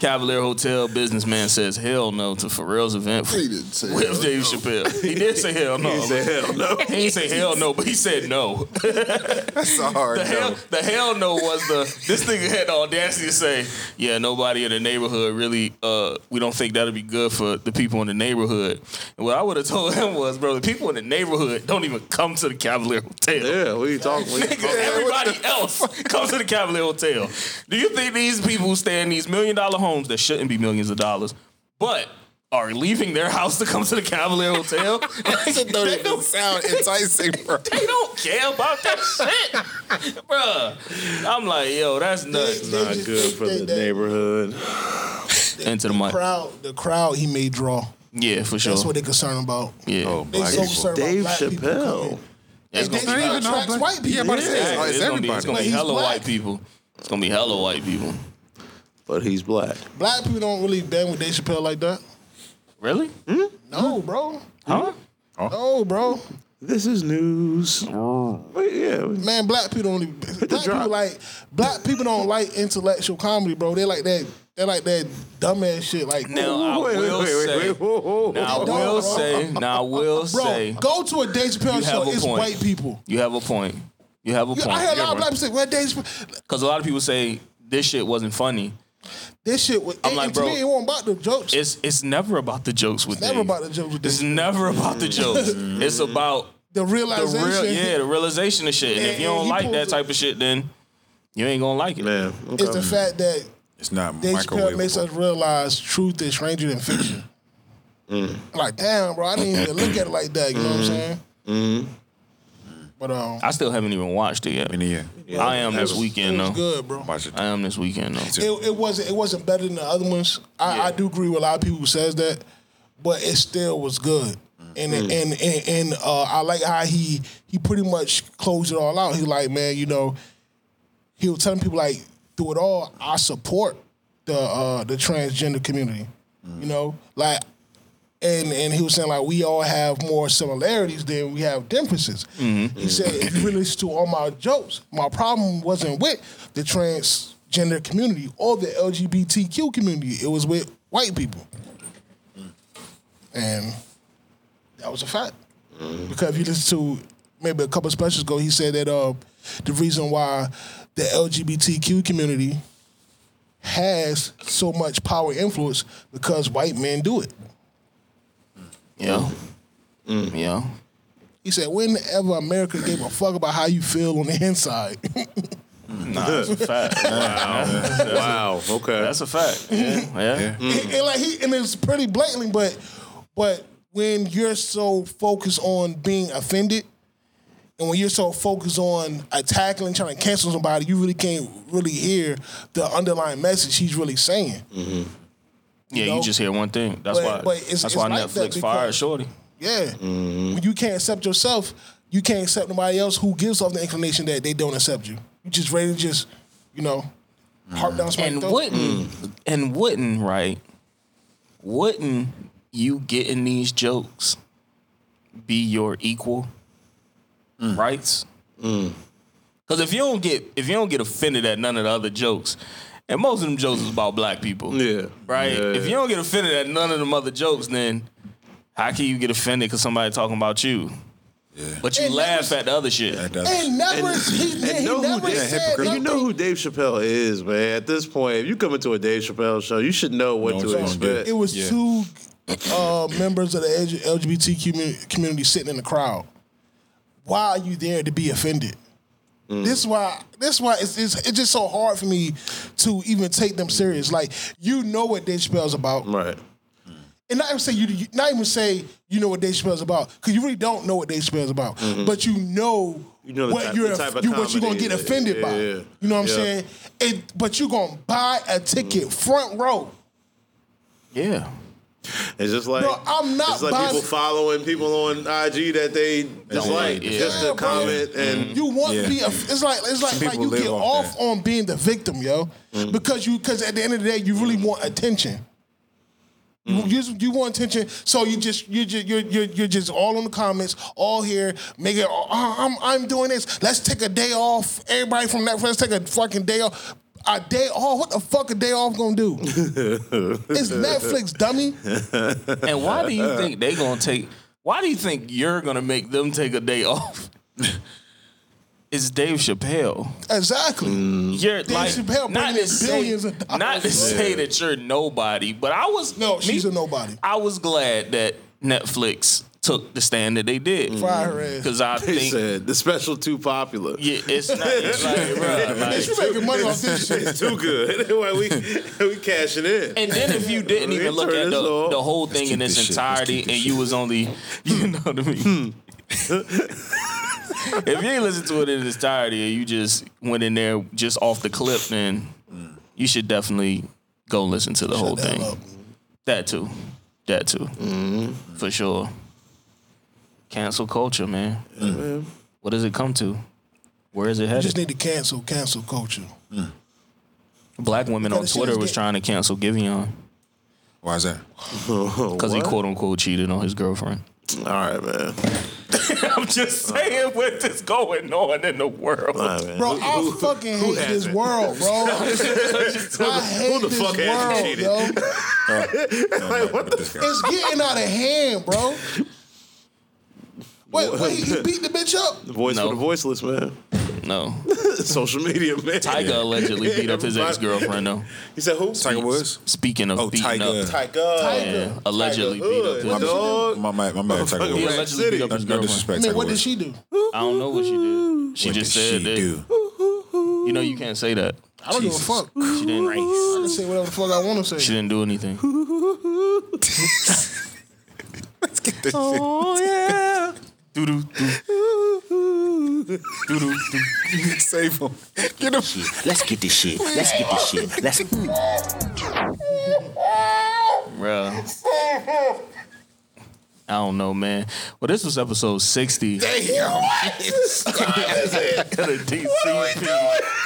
Speaker 3: Cavalier Hotel businessman says hell no to Pharrell's event
Speaker 9: He didn't say
Speaker 3: with
Speaker 9: hell
Speaker 3: Dave Chappelle. He did say hell no.
Speaker 7: He said hell no.
Speaker 3: He didn't say hell no, but he said no.
Speaker 6: that's a hard
Speaker 3: The hell, the hell no was the this nigga had the audacity to say, yeah, nobody in the neighborhood really. Uh, we don't think that'll be good for the people in the neighborhood. And what I would have told him was, bro, the people in the neighborhood don't even come to the Cavalier Hotel.
Speaker 7: Yeah, what are you talking what you
Speaker 3: Nigga,
Speaker 7: talking about?
Speaker 3: everybody else comes to the Cavalier Hotel. Do you think these people who stay in these million dollar homes that shouldn't be millions of dollars, but are leaving their house to come to the Cavalier Hotel?
Speaker 6: That don't even sound enticing, bro.
Speaker 3: they don't care about that shit, bruh. I'm like, yo, that's nuts.
Speaker 9: They
Speaker 7: Not
Speaker 9: just
Speaker 7: good for
Speaker 9: think
Speaker 7: the
Speaker 9: that
Speaker 7: neighborhood.
Speaker 3: Into the mic,
Speaker 9: crowd, the crowd he may draw.
Speaker 3: yeah, for sure.
Speaker 9: That's what they're concerned about.
Speaker 3: yeah,
Speaker 6: Oh,
Speaker 9: They so concerned
Speaker 7: Dave
Speaker 9: about black people coming
Speaker 7: Chappelle.
Speaker 9: in.
Speaker 3: it's
Speaker 9: They
Speaker 3: gonna,
Speaker 9: try to attract white people.
Speaker 6: Yeah, but it's, it's
Speaker 3: yeah, it's gonna be, it's
Speaker 6: everybody.
Speaker 3: gonna
Speaker 9: But
Speaker 3: be
Speaker 9: he's
Speaker 3: hella
Speaker 9: black.
Speaker 3: white people. It's gonna be hella white people.
Speaker 7: But he's black.
Speaker 9: Black people don't really bang with Dave Chappelle like that.
Speaker 3: Really?
Speaker 9: No, bro.
Speaker 3: Huh?
Speaker 9: No, bro.
Speaker 7: This is news. Wait, yeah.
Speaker 9: Man, black people don't. Even, black
Speaker 7: drop.
Speaker 9: people like black people don't like intellectual comedy, bro. They like that. They like that dumbass shit. Like
Speaker 3: Now I
Speaker 7: Wait, wait,
Speaker 3: will
Speaker 7: wait, wait,
Speaker 3: say.
Speaker 7: wait. Whoa, whoa.
Speaker 3: Now I
Speaker 9: They don't,
Speaker 3: will
Speaker 9: bro.
Speaker 3: say. Now I will
Speaker 9: bro,
Speaker 3: say.
Speaker 9: go to a Dave Chappelle
Speaker 3: You have
Speaker 9: show.
Speaker 3: a
Speaker 9: It's
Speaker 3: point.
Speaker 9: white people.
Speaker 3: You have a point. You have a point.
Speaker 9: I had a lot of black people say, "Well, Dave Chappelle,
Speaker 3: Because a lot of people say this shit wasn't funny.
Speaker 9: this shit." Was,
Speaker 3: I'm
Speaker 9: it,
Speaker 3: like,
Speaker 9: to
Speaker 3: bro,
Speaker 9: me, it wasn't about the jokes.
Speaker 3: It's it's never about the jokes with
Speaker 9: It's never
Speaker 3: Dave.
Speaker 9: about the jokes with
Speaker 3: It's
Speaker 9: Dave.
Speaker 3: never about the jokes. it's about
Speaker 9: the
Speaker 3: the
Speaker 9: realization.
Speaker 3: real yeah, the realization of shit. And if you
Speaker 9: And- and
Speaker 3: don't
Speaker 9: he
Speaker 3: like that
Speaker 9: pulls
Speaker 3: type of shit, then you ain't gonna like it.
Speaker 7: Man, okay.
Speaker 9: is the fact that
Speaker 6: It's not
Speaker 9: Dave Chappelle makes
Speaker 6: microwave.
Speaker 9: us realize truth is stranger than fiction. Like, damn, bro, I didn't even look at it like that. You know what I'm saying? But um,
Speaker 3: I still haven't even watched it yet.
Speaker 6: I mean, yeah,
Speaker 3: I am this weekend
Speaker 9: it was
Speaker 3: though.
Speaker 9: good, bro.
Speaker 6: watch it.
Speaker 3: I am this weekend though.
Speaker 9: It, it wasn't. It wasn't better than the other ones. I, I do agree with a lot of people who says that, but it still was good. And and and, and uh, I like how he he pretty much closed it all out. He like, man, you know, he was telling people like, through it all, I support the uh, the transgender community. You know, like and and he was saying like we all have more similarities than we have differences. He said if you really listen to all my jokes, my problem wasn't with the transgender community or the LGBTQ community. It was with white people, and that was a fact. Because if you listen to maybe a couple specials ago, he said that uh, the reason why the LGBTQ community has so much power and influence because white men do it.
Speaker 3: Yeah. Yeah.
Speaker 9: He said, whenever America gave a fuck about how you feel on the inside.
Speaker 3: Fact. Wow.
Speaker 7: wow. Okay.
Speaker 3: That's a fact. Yeah. yeah.
Speaker 9: and like he and it's pretty blatantly, but but when you're so focused on being offended and when you're so focused on attacking and trying to cancel somebody, you really can't really hear the underlying message he's really saying.
Speaker 3: Yeah, you
Speaker 9: know?
Speaker 3: just hear one thing. That's why.
Speaker 9: But- but it's-
Speaker 3: that's
Speaker 9: it's
Speaker 3: why
Speaker 9: like that
Speaker 3: Netflix fired
Speaker 9: because-
Speaker 3: Shorty.
Speaker 9: Yeah. When you can't accept yourself, you can't accept nobody else who gives off the inclination that they don't accept you. You just ready to just, you know, harp down somebody's
Speaker 3: and
Speaker 9: throat.
Speaker 3: wouldn't
Speaker 7: Mm.
Speaker 3: and wouldn't right wouldn't you getting these jokes be your equal
Speaker 7: Mm.
Speaker 3: rights because if you don't get if you don't get offended at none of the other jokes and most of them jokes is about black people
Speaker 7: Yeah.
Speaker 3: right
Speaker 7: Yeah.
Speaker 3: if you don't get offended at none of them other jokes then how can you get offended because somebody talking about you but you
Speaker 9: And that
Speaker 3: laugh
Speaker 9: was-
Speaker 3: at the other shit
Speaker 6: That does.
Speaker 9: And never, he, he
Speaker 7: know who
Speaker 9: never
Speaker 7: Dave-
Speaker 9: said
Speaker 7: You know who Dave Chappelle is, man. At this point, if you come into a Dave Chappelle show, you should know what
Speaker 6: Know what
Speaker 7: to
Speaker 6: you're gonna do.
Speaker 7: expect.
Speaker 9: It was
Speaker 6: Yeah.
Speaker 9: two uh, members of the L- LGBT commu- community sitting in the crowd. Why are you there to be offended?
Speaker 7: Mm.
Speaker 9: This is why. This is why it's, it's it's just so hard for me to even take them serious. Like you know what Dave Chappelle's about,
Speaker 7: Right.
Speaker 9: and not even say you, you- not even say you know what Dave Chappelle's about because you really don't know what Dave Chappelle's about, but you know.
Speaker 7: Mm-hmm. You know the
Speaker 9: what
Speaker 7: type-
Speaker 9: you're
Speaker 7: the type of
Speaker 9: you, what you're gonna
Speaker 7: comedy
Speaker 9: get
Speaker 7: that-
Speaker 9: offended by?
Speaker 7: yeah, yeah.
Speaker 9: You know what I'm
Speaker 7: Yeah. Mm-hmm.
Speaker 9: saying? It, but you're gonna buy a ticket front row
Speaker 3: yeah
Speaker 7: It's just like
Speaker 9: No, I'm not
Speaker 7: It's like
Speaker 9: buying-
Speaker 7: people following people on IG that they just
Speaker 9: don't like,
Speaker 7: like,
Speaker 9: yeah.
Speaker 7: just
Speaker 9: Yeah,
Speaker 7: to
Speaker 9: bro.
Speaker 7: comment and
Speaker 9: You want to be a, it's like it's like,
Speaker 7: Some
Speaker 9: like
Speaker 7: people
Speaker 9: you
Speaker 7: live
Speaker 9: get
Speaker 7: off
Speaker 9: off on being the victim, yo,
Speaker 7: Mhm.
Speaker 9: because you because at the end of the day, you really want attention. You,
Speaker 7: Mm.
Speaker 9: you, just- you want attention, so you just you just you're, you're you're just all on the comments, all here, making oh, I'm I'm doing this. Let's take a day off, everybody from that. Let's take a fucking day off. A day off. What the fuck a day off gonna do?
Speaker 7: it's
Speaker 9: Netflix, dummy.
Speaker 3: and why do you think they gonna take? Why do you think you're gonna make them take a day off? it's Dave Chappelle.
Speaker 9: Exactly.
Speaker 7: Mm.
Speaker 3: You're
Speaker 9: Dave
Speaker 3: like
Speaker 9: Chappelle
Speaker 3: not
Speaker 9: bringing
Speaker 3: to
Speaker 9: in
Speaker 3: say,
Speaker 9: billions of dollars.
Speaker 3: not to say that you're nobody, but I was no,
Speaker 9: she's a nobody.
Speaker 3: I was glad that Netflix took the stand that they did.
Speaker 9: Fire her ass.
Speaker 3: because I
Speaker 7: They
Speaker 3: think
Speaker 7: said the special too popular.
Speaker 3: Yeah, it's not. It's like, bro, like-
Speaker 9: Bitch, you making money off this shit.
Speaker 7: It's too good. Why we we cashing in?
Speaker 3: And then if you didn't even look at the, the whole thing in its entirety and you was only, you know what I mean?
Speaker 9: Hmm.
Speaker 3: if you ain't listen to it in its entirety and you just went in there just off the clip, then you should definitely go listen to the whole thing. That too. That too.
Speaker 9: Mm-hmm.
Speaker 3: For sure. Cancel culture, man.
Speaker 9: man.
Speaker 3: What does it come to? Where is it
Speaker 9: You
Speaker 3: headed?
Speaker 9: just need to cancel cancel culture.
Speaker 3: Black women
Speaker 9: You
Speaker 3: on
Speaker 9: gotta see
Speaker 3: Twitter
Speaker 9: this
Speaker 3: was
Speaker 9: game.
Speaker 3: trying to cancel Giveon.
Speaker 6: Why is that?
Speaker 3: Because he
Speaker 7: What?
Speaker 3: quote unquote cheated on his girlfriend. Uh-huh.
Speaker 7: All right, man.
Speaker 3: I'm just saying what is going on in the world.
Speaker 9: Bro, I fucking hate this world, bro. I hate
Speaker 7: the
Speaker 9: this
Speaker 7: fuck hasn't
Speaker 9: world,
Speaker 7: cheated?
Speaker 9: yo.
Speaker 7: like, what the fuck?
Speaker 9: It's getting out of hand, bro. Wait, wait, he beat the bitch up?
Speaker 7: The voice for the voiceless, man.
Speaker 3: No.
Speaker 7: Social media, man.
Speaker 3: Tiger allegedly beat up his ex girlfriend though.
Speaker 7: He said who? Tiger
Speaker 3: Woods. Speaking of
Speaker 6: Oh,
Speaker 3: beating
Speaker 6: Tiger.
Speaker 3: up,
Speaker 7: Tiger.
Speaker 3: Yeah, allegedly
Speaker 7: Tiger
Speaker 3: beat up
Speaker 7: Hood,
Speaker 3: his
Speaker 7: dog.
Speaker 6: My bad, my bad. Tiger
Speaker 3: He
Speaker 6: Woods.
Speaker 3: allegedly beat up his
Speaker 6: No
Speaker 3: girlfriend.
Speaker 6: disrespect.
Speaker 9: I mean,
Speaker 6: Tiger
Speaker 9: what did
Speaker 6: Woods.
Speaker 9: she do?
Speaker 3: I don't know what she did. She
Speaker 6: What
Speaker 3: just
Speaker 6: did
Speaker 3: said
Speaker 6: she
Speaker 3: that.
Speaker 6: do?
Speaker 3: You know you can't say that.
Speaker 9: I don't give a fuck.
Speaker 3: She didn't.
Speaker 9: I can say whatever the fuck I want to
Speaker 3: She
Speaker 9: say.
Speaker 3: didn't do anything.
Speaker 9: Oh yeah.
Speaker 3: Doo doo
Speaker 8: Doo doo Save him. Get him. Let's get this shit. Let's get this shit. Let's.
Speaker 3: Bruh. I don't know, man. Well, this was episode 60.
Speaker 1: Damn.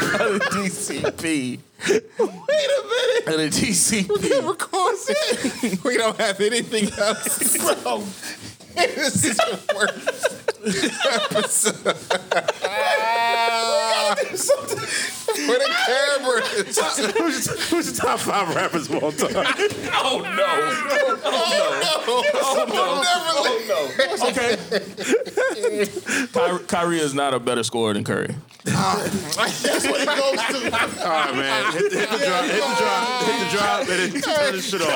Speaker 3: Of the DCP. Of the DCP.
Speaker 1: Wait
Speaker 3: Of the DCP.
Speaker 1: We can't record it. We don't have anything else. Bro, this is the worst episode. we gotta do something. For the camera.
Speaker 7: who's, who's the top five rappers of all time?
Speaker 1: Oh no. Oh, no. Oh, no. Okay.
Speaker 3: Ky- Kyrie is not a better scorer than Curry.
Speaker 1: That's what it goes to.
Speaker 7: All right, man. Hit the, hit the drop. Hit the drop. Hit the drop. And then turn this shit off.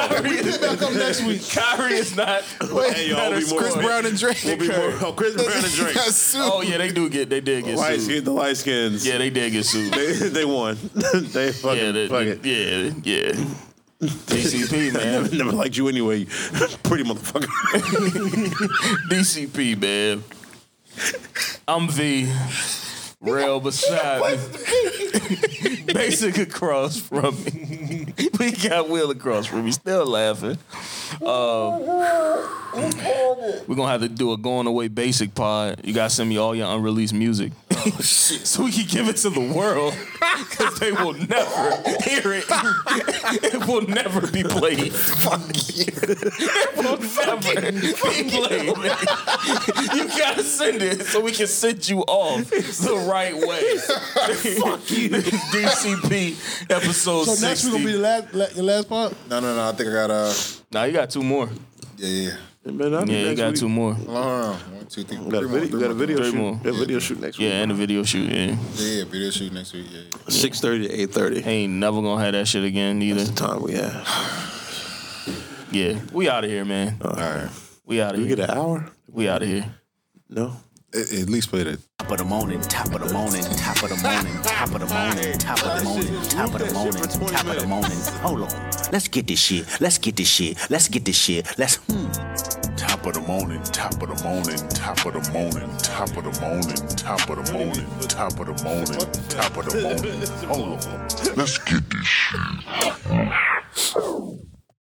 Speaker 1: back up next week.
Speaker 3: Kyrie is not.
Speaker 7: hey, y'all,
Speaker 1: better
Speaker 7: we'll be more.
Speaker 1: Chris Brown and Drake.
Speaker 7: We'll be more. Oh, Chris Brown and Drake.
Speaker 1: Got sued.
Speaker 3: Oh yeah, they do get. They did get
Speaker 7: Light
Speaker 3: sued.
Speaker 7: skin, the light skins.
Speaker 3: Yeah, they did get sued.
Speaker 7: They, they won. they fucking
Speaker 3: yeah, they,
Speaker 7: fuck it.
Speaker 3: yeah, yeah. DCP man,
Speaker 7: Never, never liked you anyway. you Pretty motherfucker.
Speaker 3: DCP man. I'm V. Rail beside me. Basic across from me. we got Will across from me. Still laughing. We're gonna have to do a going away basic pod. You gotta send me all your unreleased music. so we can give it to the world. Cause they will never hear it. it will never be played. Fuck you. It will never be played. man. you gotta send it so we can send you off the right way. Fuck you. DCP episode
Speaker 9: So next
Speaker 3: 60.
Speaker 9: week gonna be the last la- your last part.
Speaker 6: No, no, no. I think I got uh.
Speaker 3: nah, you got two more.
Speaker 6: Yeah, yeah.
Speaker 3: Yeah, you got two more.
Speaker 6: Hold on, hold on. One, two, three.
Speaker 7: We got
Speaker 6: three
Speaker 7: a
Speaker 6: more,
Speaker 7: video,
Speaker 6: three
Speaker 7: we got a
Speaker 6: more,
Speaker 7: video
Speaker 3: Three
Speaker 7: shoot.
Speaker 3: more.
Speaker 7: we got a video shoot next
Speaker 3: Yeah, and a video shoot, yeah.
Speaker 6: three more. Yeah, yeah. Video shoot next week. Yeah, yeah.
Speaker 7: week. Six thirty to eight thirty.
Speaker 3: Ain't never gonna have that shit again either.
Speaker 7: Time we have.
Speaker 3: Yeah, we out of here, man.
Speaker 6: All right.
Speaker 3: We out of
Speaker 7: We
Speaker 3: here.
Speaker 7: get an hour?
Speaker 3: We out of here.
Speaker 7: No.
Speaker 6: At, at least play that.
Speaker 8: Top of the morning, top of the morning, top of the morning, top of the morning, top of the morning, top of the morning, top of the morning. Hold on. Let's get this shit. Let's get this shit. Let's get this shit. Let's. Hmm.
Speaker 12: Top of the morning, top of the morning, top of the morning, top of the morning, top of the morning, top of the morning, top of the morning. Hold on.
Speaker 4: Let's get this shit.